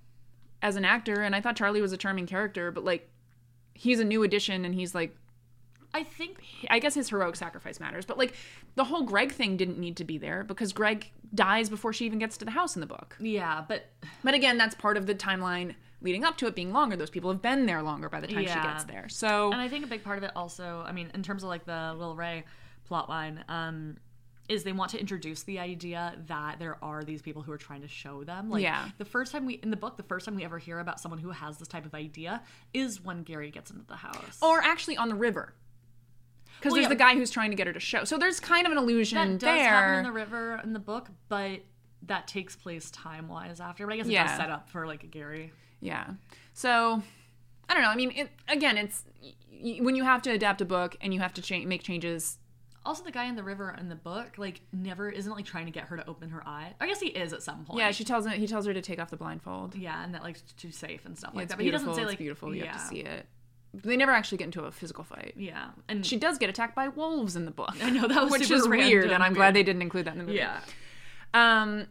as an actor, and I thought Charlie was a charming character, but like he's a new addition, and he's like
I think
I guess his heroic sacrifice matters, but like the whole Greg thing didn't need to be there because Greg dies before she even gets to the house in the book.
yeah, but
But again, that's part of the timeline leading up to it being longer. Those people have been there longer by the time she
Yeah.
gets there. So
And I think a big part of it also, I mean, in terms of like the Lil Ray plotline, um, is they want to introduce the idea that there are these people who are trying to show them. Like
Yeah.
the first time we in the book, the first time we ever hear about someone who has this type of idea is when Gary gets into the house.
or actually on the river. Because
Well,
there's
yeah.
the guy who's trying to get her to show. So there's kind of an illusion
that does
there.
happen in the river in the book, but that takes place time wise after. But I guess it
Yeah.
does set up for like Gary.
Yeah. So I don't know. I mean, it, again, it's y- y- when you have to adapt a book and you have to cha- make changes.
Also, the guy in the river in the book, like, never isn't like trying to get her to open her eye. I guess he is at some point.
Yeah, she tells him. He tells her to take off the blindfold.
yeah, and that like it's too safe and stuff like
it's
that. But he doesn't
beautiful,
say
it's
like
beautiful. You
yeah,
have to see it. They never actually get into a physical fight.
Yeah, and *laughs*
She does get attacked by wolves in the book.
I know that
*laughs*
was
which
super
is weird,
random
and I'm glad they didn't include that in the movie.
yeah.
Um,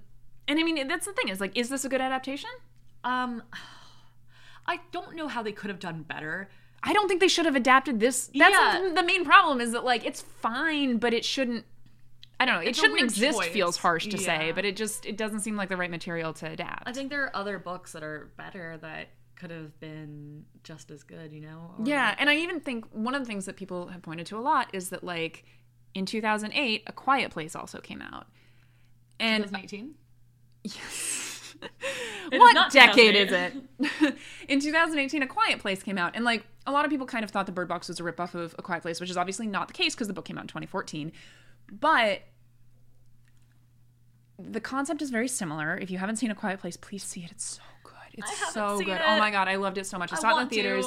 and I mean, that's the thing is like, is this a good adaptation?
Um, *sighs* I don't know how they could have done better.
I don't think they should have adapted this. That's
Yeah.
the main problem is that like it's fine, but it shouldn't. I don't know. It
a
shouldn't
weird
exist.
choice.
Feels harsh to say,
Yeah.
but it just it doesn't seem like the right material to adapt.
I think there are other books that are better that could have been just as good. You know? Or-
Yeah, and I even think one of the things that people have pointed to a lot is that like in 2008, A Quiet Place also came out. And
2018. *laughs*
yes.
is
what
not
decade is it? *laughs* in 2018, A Quiet Place came out, and like a lot of people kind of thought the Bird Box was a ripoff of A Quiet Place, which is obviously not the case because the book came out in 2014. But the concept is very similar. If you haven't seen A Quiet Place, please see it. It's so good. It's
I haven't
so
seen
good.
it.
Oh my god, I loved it so much. I,
I
saw it in
want
the
to.
theaters.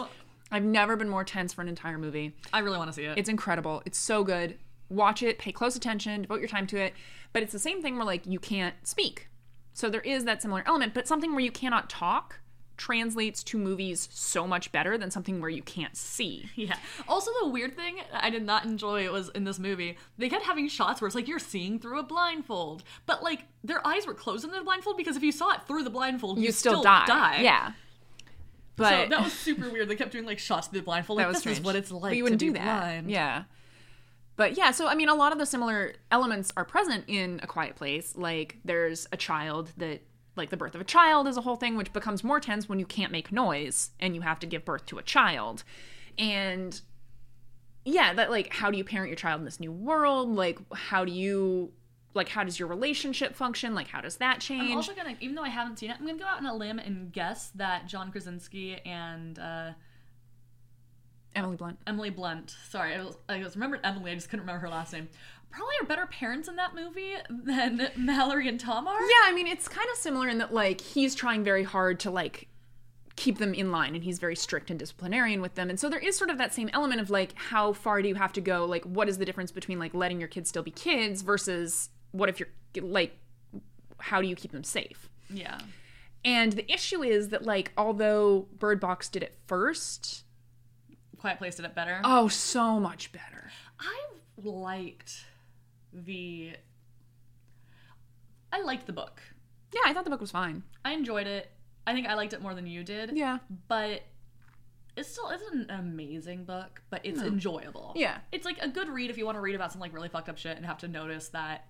I've never been more tense for an entire movie.
I really want to see it.
It's incredible. It's so good. Watch it, pay close attention, devote your time to it. But it's the same thing where like you can't speak. So there is that similar element, but something where you cannot talk translates to movies so much better than something where you can't see.
*laughs* yeah. Also, the weird thing I did not enjoy was in this movie, they kept having shots where it's like you're seeing through a blindfold, but like their eyes were closed in the blindfold because if you saw it through the blindfold, you,
You, still, die. Yeah. But
so that was super weird. They kept doing like shots through the blindfold. Like,
that was
this is
strange.
what it's like.
But you wouldn't
to be
do that.
Blind.
Yeah. But yeah, so I mean, a lot of the similar elements are present in A Quiet Place. Like, there's a child that, like, the birth of a child is a whole thing, which becomes more tense when you can't make noise and you have to give birth to a child. And yeah, that, like, how do you parent your child in this new world? Like, how do you, like, how does your relationship function? Like, how does that
I'm
change?
also gonna, even though I haven't seen it, I'm gonna go out on a limb and guess that John Krasinski and uh,
Emily Blunt.
Emily Blunt. Sorry, I was, I was remembered Emily. I just couldn't remember her last name. Probably are better parents in that movie than *laughs* Mallory and Tom are.
Yeah, I mean, it's kind of similar in that like he's trying very hard to like keep them in line and he's very strict and disciplinarian with them. And so there is sort of that same element of like how far do you have to go? Like what is the difference between like letting your kids still be kids versus what if you're like how do you keep them safe?
Yeah.
And the issue is that like although Bird Box did it first,
Quiet Place did it better.
oh so much better.
I liked the. I liked the book.
Yeah, I thought the book was fine.
I enjoyed it. I think I liked it more than you did.
Yeah.
But it still isn't an amazing book, but it's enjoyable.
Hmm. Yeah.
It's like a good read if you want to read about some like really fucked up shit and have to notice that,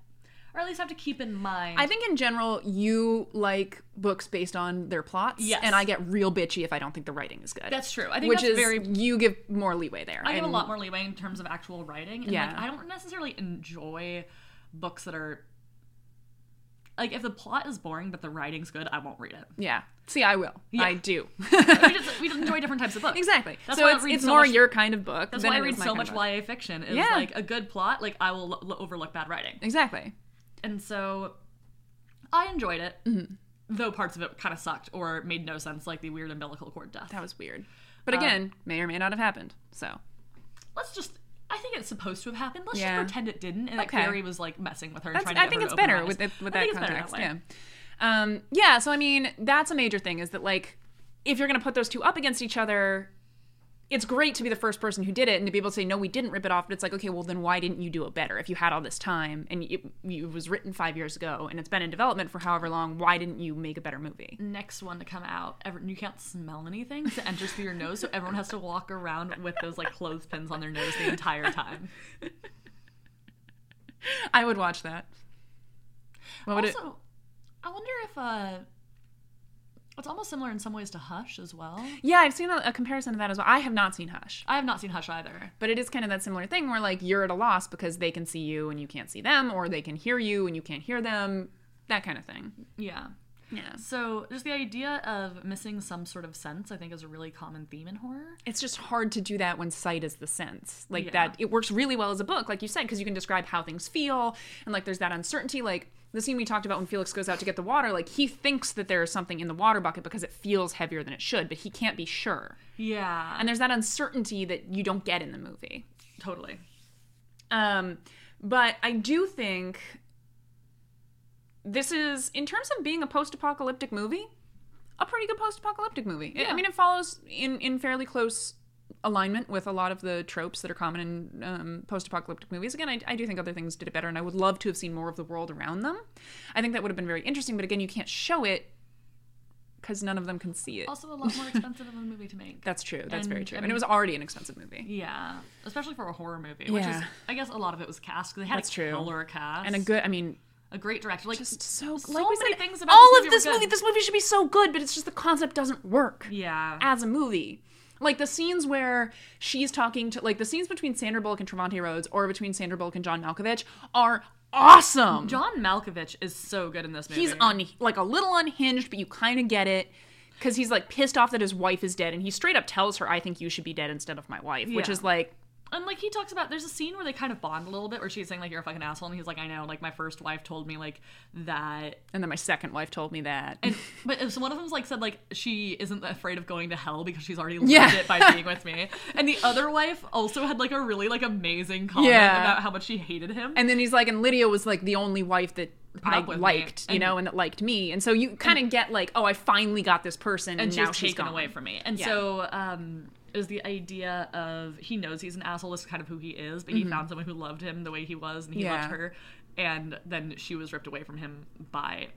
or at least have to keep in mind.
I think in general you like books based on their plots
Yes.
and I get real bitchy if I don't think the writing is good.
that's true. I think
which
that's
is
very
you give more leeway there.
I give a
and-
lot more leeway in terms of actual writing. And like
Yeah.
I don't necessarily enjoy books that are like if the plot is boring but the writing's good, I won't read it.
Yeah. See, I will. I
*laughs*
do.
We just we enjoy different types of
*laughs*
books.
exactly.
That's
so
why I
it's,
read
it's
so
more
much-
your kind of book.
That's
than
why I
it
read
is my
so
kind
much
of book.
YA fiction. Is
Yeah.
like a good plot, like I will l- l- overlook bad writing.
Exactly.
And so I enjoyed it.
Mm-hmm.
Though parts of it kind of sucked or made no sense, like the weird umbilical cord death.
That was weird.
Um,
But again, may or may not have happened. So
Let's just. I think it's supposed to have happened. Let's
Yeah.
just pretend it didn't, and
Okay.
that Carrie was like messing with her. and
that's,
trying to
I
get
think
her
it's
to open her
better
eyes.
with it, with that
I think it's better
context.
way.
yeah. Um, yeah. So I mean, that's a major thing is that like if you're going to put those two up against each other. It's great to be the first person who did it and to be able to say, no, we didn't rip it off. But it's like, okay, well, then why didn't you do it better? If you had all this time and it, it was written five years ago and it's been in development for however long, why didn't you make a better movie?
next one to come out, ever, you can't smell anything, so it enters through your nose. So everyone has to walk around with those like clothespins on their nose the entire time.
I would watch that. What would it-
also, I wonder if uh, it's almost similar in some ways to Hush as well.
Yeah, I've seen a, a comparison of that as well. I have not seen Hush,
I have not seen Hush either.
but it is kind of that similar thing where like you're at a loss because they can see you and you can't see them, or they can hear you and you can't hear them, that kind of thing.
Yeah.
Yeah,
So just the idea of missing some sort of sense, I think, is a really common theme in horror.
it's just hard to do that when sight is the sense. Like
Yeah.
that, it works really well as a book, like you said, because you can describe how things feel and like there's that uncertainty, like. The scene we talked about when Felix goes out to get the water, like he thinks that there is something in the water bucket because it feels heavier than it should, but he can't be sure.
Yeah.
And there's that uncertainty that you don't get in the movie.
totally.
Um, but I do think this is, in terms of being a post-apocalyptic movie, a pretty good post-apocalyptic movie. It-
Yeah.
I mean, it follows in in fairly close alignment with a lot of the tropes that are common in um, post-apocalyptic movies. Again, I, I do think other things did it better, and I would love to have seen more of the world around them. I think that would have been very interesting, but again, you can't show it because none of them can see it.
Also, a
*laughs*
lot more expensive of a movie to make.
That's true. That's very
And,
true.
I
and it
mean-
was already an expensive movie.
Yeah, especially for a horror movie, which is,
Yeah.
I guess, a lot of it was cast. 'cause They had
That's
a
true.
killer cast
And a good, I mean,
a great director. Like,
just so,
so
like we
many
said,
things about
all
this
of
movie
this
were
movie.
good.
This movie should be so good, but it's just the concept doesn't work
yeah,
as a movie. Like the scenes where she's talking to, like the scenes between Sandra Bullock and Trevante Rhodes, or between Sandra Bullock and John Malkovich, are awesome.
John Malkovich is so good in this movie.
he's un, like a little unhinged, but you kind of get it because he's like pissed off that his wife is dead, and he straight up tells her, "I think you should be dead instead of my wife," which
Yeah.
is like,
and like he talks about. There's a scene where they kind of bond a little bit, where she's saying like you're a fucking asshole, and he's like I know. Like my first wife told me like that.
and then my second wife told me that.
And *laughs* but if one of them's like said like she isn't afraid of going to hell because she's already lived
Yeah.
it by being with
*laughs*
me, and the other wife also had like a really like amazing comment
Yeah.
about how much she hated him.
And then he's like, and Lydia was like the only wife that I
up with me.
liked, you
And-
know, and that liked me. And so you kind of get like, oh, I finally got this person, and,
and she
now
was
she's
taken
gone.
away from me. And
Yeah.
so um, it was the idea of he knows he's an asshole. This is kind of who he is, but he found someone who loved him the way he was, and he
Mm-hmm. Yeah.
loved her. And then she was ripped away from him by,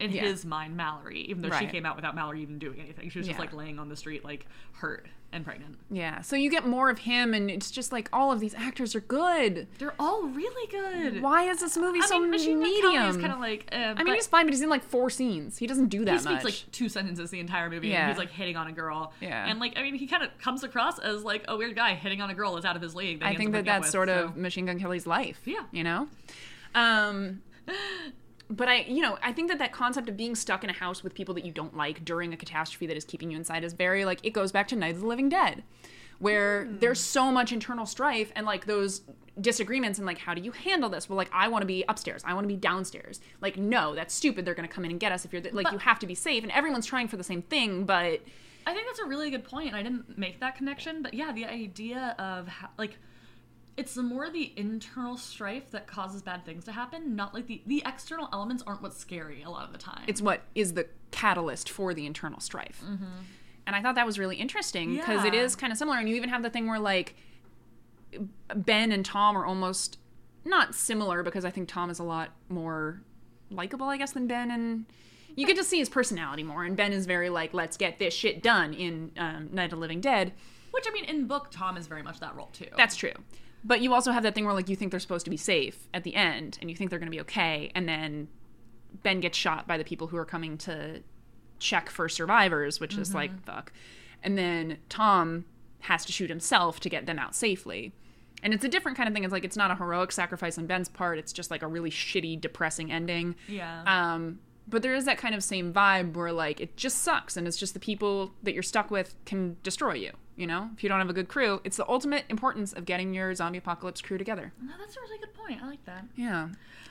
in
Yeah.
his mind, Mallory. Even though she
Right.
came out without Mallory even doing anything, she was just
Yeah.
like laying on the street, like hurt and pregnant.
Yeah, so you get more of him, and it's just like all of these actors are good.
They're all really good.
Why is this movie
I
so
mean, Machine Gun Kelly is
medium?
kind of like. Uh,
I mean, he's fine, but he's in like four scenes. He doesn't do that
he
much.
speaks like two sentences the entire movie and
Yeah.
he's like hitting on a girl
Yeah.
and like i mean he kind of comes across as like a weird guy hitting on a girl is out of his league
I think that that's sort of Machine Gun Kelly's life.
Yeah.
you know. Um, but I, you know, I think that that concept of being stuck in a house with people that you don't like during a catastrophe that is keeping you inside is very like it goes back to Night of the Living Dead, where there's so much internal strife and like those disagreements and like how do you handle this well like i want to be upstairs i want to be downstairs like no that's stupid they're going to come in and get us if you're th- like you have to be safe and everyone's trying for the same thing but
I think that's a really good point, and I didn't make that connection, but yeah, the idea of how, like it's the more the internal strife that causes bad things to happen, not like the the external elements aren't what's scary a lot of the time.
it's what is the catalyst for the internal strife. And I thought that was really interesting because it
Yeah.
is kind of similar. And you even have the thing where like Ben and Tom are almost not similar because I think Tom is a lot more likable, I guess, than Ben. And you get to see his personality more. And Ben is very like, let's get this shit done in um, Night of the Living Dead.
which I mean in book Tom is very much that role too.
That's true. But you also have that thing where like you think they're supposed to be safe at the end and you think they're going to be okay and then Ben gets shot by the people who are coming to check for survivors, which is like fuck. And then Tom has to shoot himself to get them out safely. And it's a different kind of thing. It's like it's not a heroic sacrifice on Ben's part. It's just like a really shitty, depressing ending.
yeah.
Um, but there is that kind of same vibe where like it just sucks, and it's just the people that you're stuck with can destroy you. You know, if you don't have a good crew, it's the ultimate importance of getting your zombie apocalypse crew together.
no, that's a really good point. I like that.
Yeah,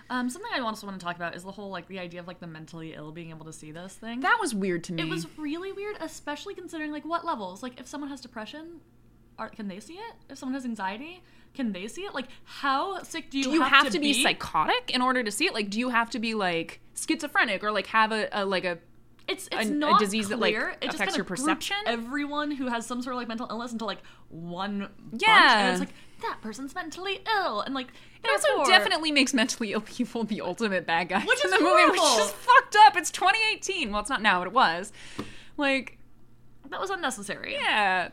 Um, something I also want to talk about is the whole like the idea of like the mentally ill being able to see this thing.
that was weird to me.
it was really weird, especially considering like what levels. Like if someone has depression, are, can they see it? If someone has anxiety, can they see it? Like how sick do you,
Do you have, to, be,
be
psychotic in order to see it? Like, do you have to be like schizophrenic or like have a, a like a
it's it's
a
not
disease that, like,
clear. it just
affects
kinda
your
groups
perception?
Everyone who has some sort of like mental illness into like one bunch,
Yeah.
and it's like that person's mentally ill, and like
It also
therefore-
definitely makes mentally ill people the ultimate bad guys
Which
in
is
the movie, which
horrible.
is fucked up. It's 2018. Well, it's not now, but it was. Like,
that was unnecessary.
yeah,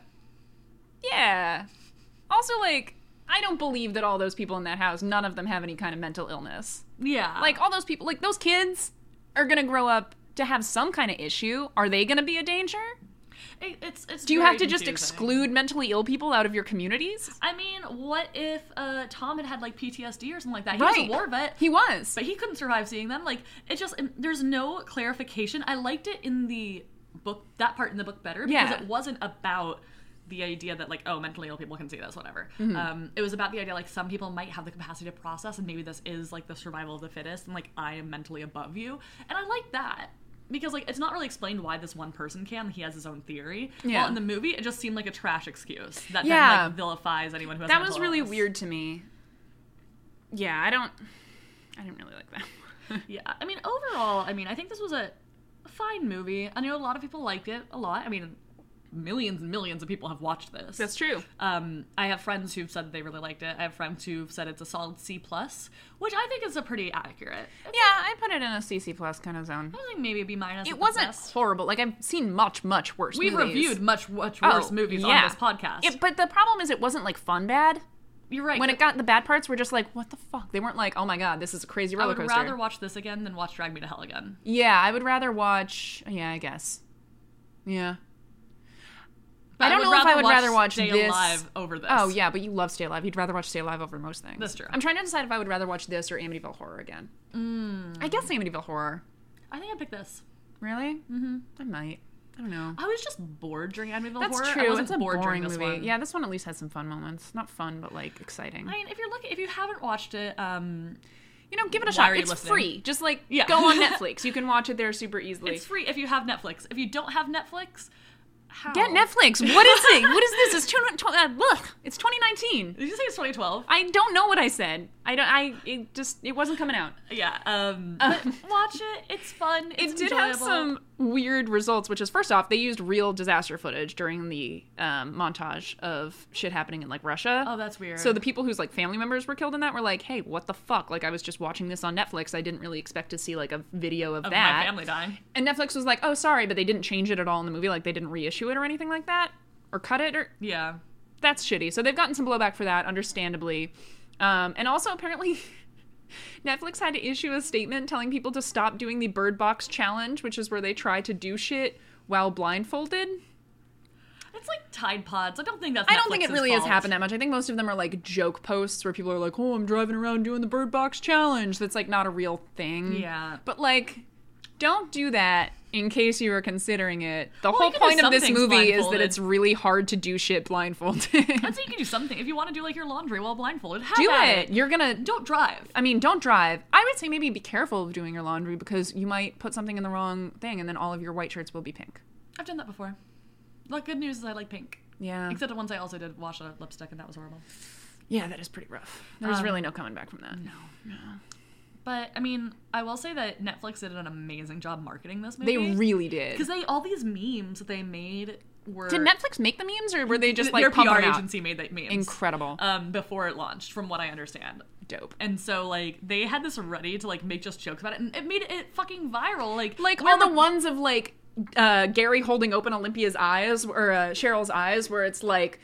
yeah. Also, like, I don't believe that all those people in that house, none of them have any kind of mental illness.
Yeah,
Like, all those people, like those kids, are gonna grow up to have some kind of issue. Are they gonna be a danger?
it, it's it's.
Do you
very
have to just
confusing.
exclude mentally ill people out of your communities?
I mean, what if uh, Tom had had like PTSD or something like that? He was
Right.
a war vet.
He was.
but he couldn't survive seeing them. Like it just it- there's no clarification. I liked it in the book that part in the book better because
Yeah.
it wasn't about the idea that like oh mentally ill people can see this whatever.
Mm-hmm.
Um, it was about the idea like some people might have the capacity to process and maybe this is like the survival of the fittest and like I am mentally above you and I like that. Because like it's not really explained why this one person can. He has his own theory.
Yeah.
While in the movie, it just seemed like a trash excuse that
Yeah.
then like vilifies anyone who has
that
mental
was really
illness.
weird to me. Yeah, I don't. I didn't really like that. *laughs* one.
Yeah, I mean, overall, I mean, I think this was a fine movie. I know a lot of people liked it a lot. I mean, millions and millions of people have watched this.
That's true.
Um, I have friends who've said they really liked it. I have friends who've said it's a solid C plus, which I think is a pretty accurate.
Yeah, I put it in a CC plus kind of zone.
I was like maybe a B minus. at
It
the
wasn't
best.
horrible. Like I've seen much, much worse.
We
movies.
reviewed much much
Oh,
worse movies
yeah.
on this podcast.
It, but the problem is, it wasn't like fun bad.
You're right.
When it got the bad parts, were just like, what the fuck? They weren't like, oh my god, this is a crazy
I
roller
would
coaster.
rather watch this again than watch Drag Me to Hell again.
yeah, I would rather watch. Yeah, I guess. Yeah.
But
I don't
would
know if I would rather watch
Stay
this-
Alive over this.
Oh yeah, but you love Stay Alive. You'd rather watch Stay Alive over most things.
That's true.
I'm trying to decide if I would rather watch this or Amityville Horror again. Mm. I guess Amityville Horror.
I think I picked this.
Really? Mm-hmm. I might. I don't know.
I was just bored during Amityville
That's
Horror.
true.
I wasn't
it's a
bored
boring
during this
movie.
one.
Yeah, this one at least has some fun moments. Not fun, but like exciting.
I mean, if you're looking, if you haven't watched it, um,
you know, give it a
Why
shot.
are you
It's
listening?
free. Just like
Yeah.
go
*laughs*
on Netflix. You can watch it there super easily.
it's free. If you have Netflix, if you don't have Netflix, how?
Get Netflix. What is it? what is *laughs* this? It's two, tw- uh, ugh. It's 2019.
Did you say it's 2012?
I don't know what I said. I don't. I it just it wasn't coming out.
Yeah.
*laughs*
Um, but watch it. It's fun. It's
it did have
enjoyable.
some weird results, which is first off, they used real disaster footage during the um, montage of shit happening in like Russia.
Oh, that's weird.
So the people whose like family members were killed in that were like, "Hey, what the fuck? Like, I was just watching this on Netflix. I didn't really expect to see like a video of,
of
that."
my family dying.
And Netflix was like, "Oh, sorry," but they didn't change it at all in the movie. Like, they didn't reissue it or anything like that, or cut it, or
Yeah.
that's shitty. So they've gotten some blowback for that, understandably. Um, and also, apparently, *laughs* Netflix had to issue a statement telling people to stop doing the Bird Box challenge, which is where they try to do shit while blindfolded.
It's like Tide Pods. I don't think that's.
I don't think it
Netflix's
really has
fault.
happened that much. I think most of them are like joke posts where people are like, "Oh, I'm driving around doing the Bird Box challenge." That's like not a real thing.
Yeah.
But like, Don't do that in case you were considering it. The
you
whole
can do
point of
some
this
things
movie is that
blindfolded.
it's really hard to do shit blindfolded.
I'd say you can do something if you want to do like your laundry while blindfolded.
*laughs*
Have
do
at
it. You're gonna
Don't drive.
I mean, don't drive. I would say maybe be careful of doing your laundry because you might put something in the wrong thing and then all of your white shirts will be pink.
I've done that before. The good news is I like pink.
Yeah.
Except the ones I also did wash a lipstick, and that was horrible.
Yeah, that is pretty rough. There's
Um,
really no coming back from that. No.
But I mean, I will say that Netflix did an amazing job marketing this
They
movie.
really did.
because they all these memes that they made were
Did Netflix make the memes or were they just
their
like pumping
PR
them out?
agency made that memes
Incredible.
um, before it launched, from what I understand.
Dope.
And so like they had this ready to like make just jokes about it, and it made it fucking viral. Like
Like
when
all the ones of like uh, Gary holding open Olympia's eyes or uh, Cheryl's eyes, where it's like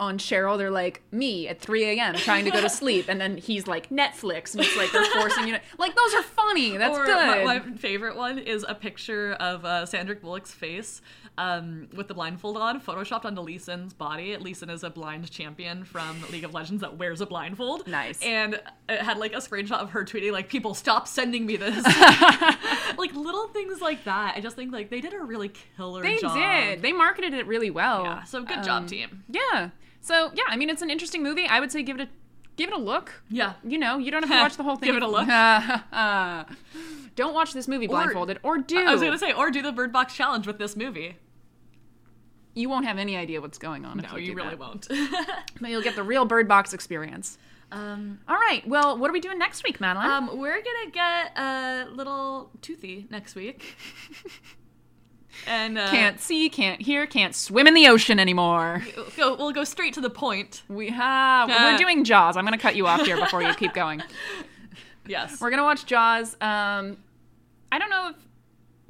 on Cheryl, they're like me at 3 a.m. trying to go
*laughs*
to sleep, and then he's like Netflix, and it's like they're forcing you. To, like those are funny. That's
or
good.
My, my favorite one is a picture of uh, Sandra Bullock's face um, with the blindfold on, photoshopped onto Leeson's body. Leeson is a blind champion from League of Legends that wears a blindfold.
Nice.
And it had like a screenshot of her tweeting like, "People stop sending
*laughs*
me this." like little things like that. I just think like they did a really killer
They
job.
did. They marketed it really well.
Yeah, so good job,
Um,
team.
Yeah. So yeah, I mean it's an interesting movie. I would say give it a give it a look.
Yeah.
You know, you don't have to watch the
*laughs*
whole thing.
Give it a look.
*laughs* don't watch this movie blindfolded, or, do.
I was gonna say, or do the Bird Box challenge with this movie.
you won't have any idea what's going on. if
No, you
do
really
that.
won't.
*laughs*
*laughs*
But you'll get the real Bird Box experience.
um,
All right. Well, what are we doing next week, Madeline?
Um, we're gonna get a little toothy next week. and uh,
*laughs* can't see, can't hear, can't swim in the ocean
*laughs*
anymore.
go. We'll go straight to the point.
We have.
Uh.
we're doing Jaws. I'm going to cut you off here before you keep
*laughs*
going.
Yes.
We're gonna watch Jaws. Um, I don't know if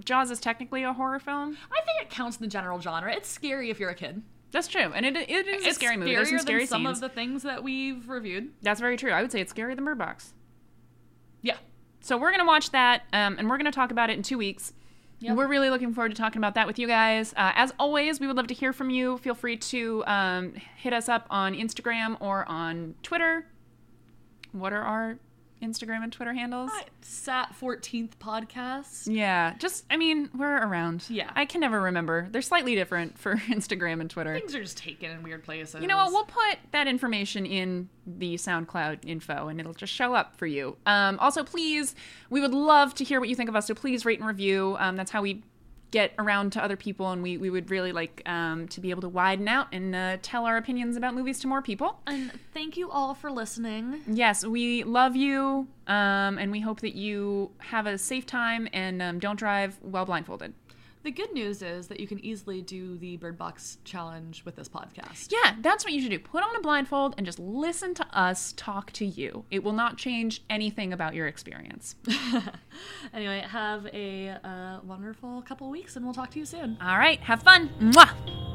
Jaws is technically a horror film.
I think it counts in the general genre. It's scary if you're a kid.
That's true, and it, it is a scary movie. There's some
scarier
scary
than some
scenes.
of the things that we've reviewed.
That's very true. I would say it's scarier than Bird Box.
Yeah.
So we're gonna watch that, um, and we're gonna talk about it in two weeks.
Yep.
We're really looking forward to talking about that with you guys. Uh, as always, we would love to hear from you. Feel free to um, hit us up on Instagram or on Twitter. What are our Instagram and Twitter handles?
Uh, Sat 14th podcast.
Yeah, just I mean, we're around.
Yeah.
I can never remember. They're slightly different for *laughs* Instagram and Twitter.
Things are just taken in weird places.
You know what? We'll put that information in the SoundCloud info, and it'll just show up for you. Um, also, please, we would love to hear what you think of us. So please rate and review. Um, that's how we get around to other people, and we we would really like um, to be able to widen out and uh, tell our opinions about movies to more people.
And thank you all for listening.
Yes, we love you, um, and we hope that you have a safe time and um, don't drive while blindfolded.
The good news is that you can easily do the Bird Box challenge with this podcast.
Yeah, that's what you should do. Put on a blindfold and just listen to us talk to you. It will not change anything about your experience.
Anyway, have a uh, wonderful couple weeks, and we'll talk to you soon.
All right, have fun. Mwah.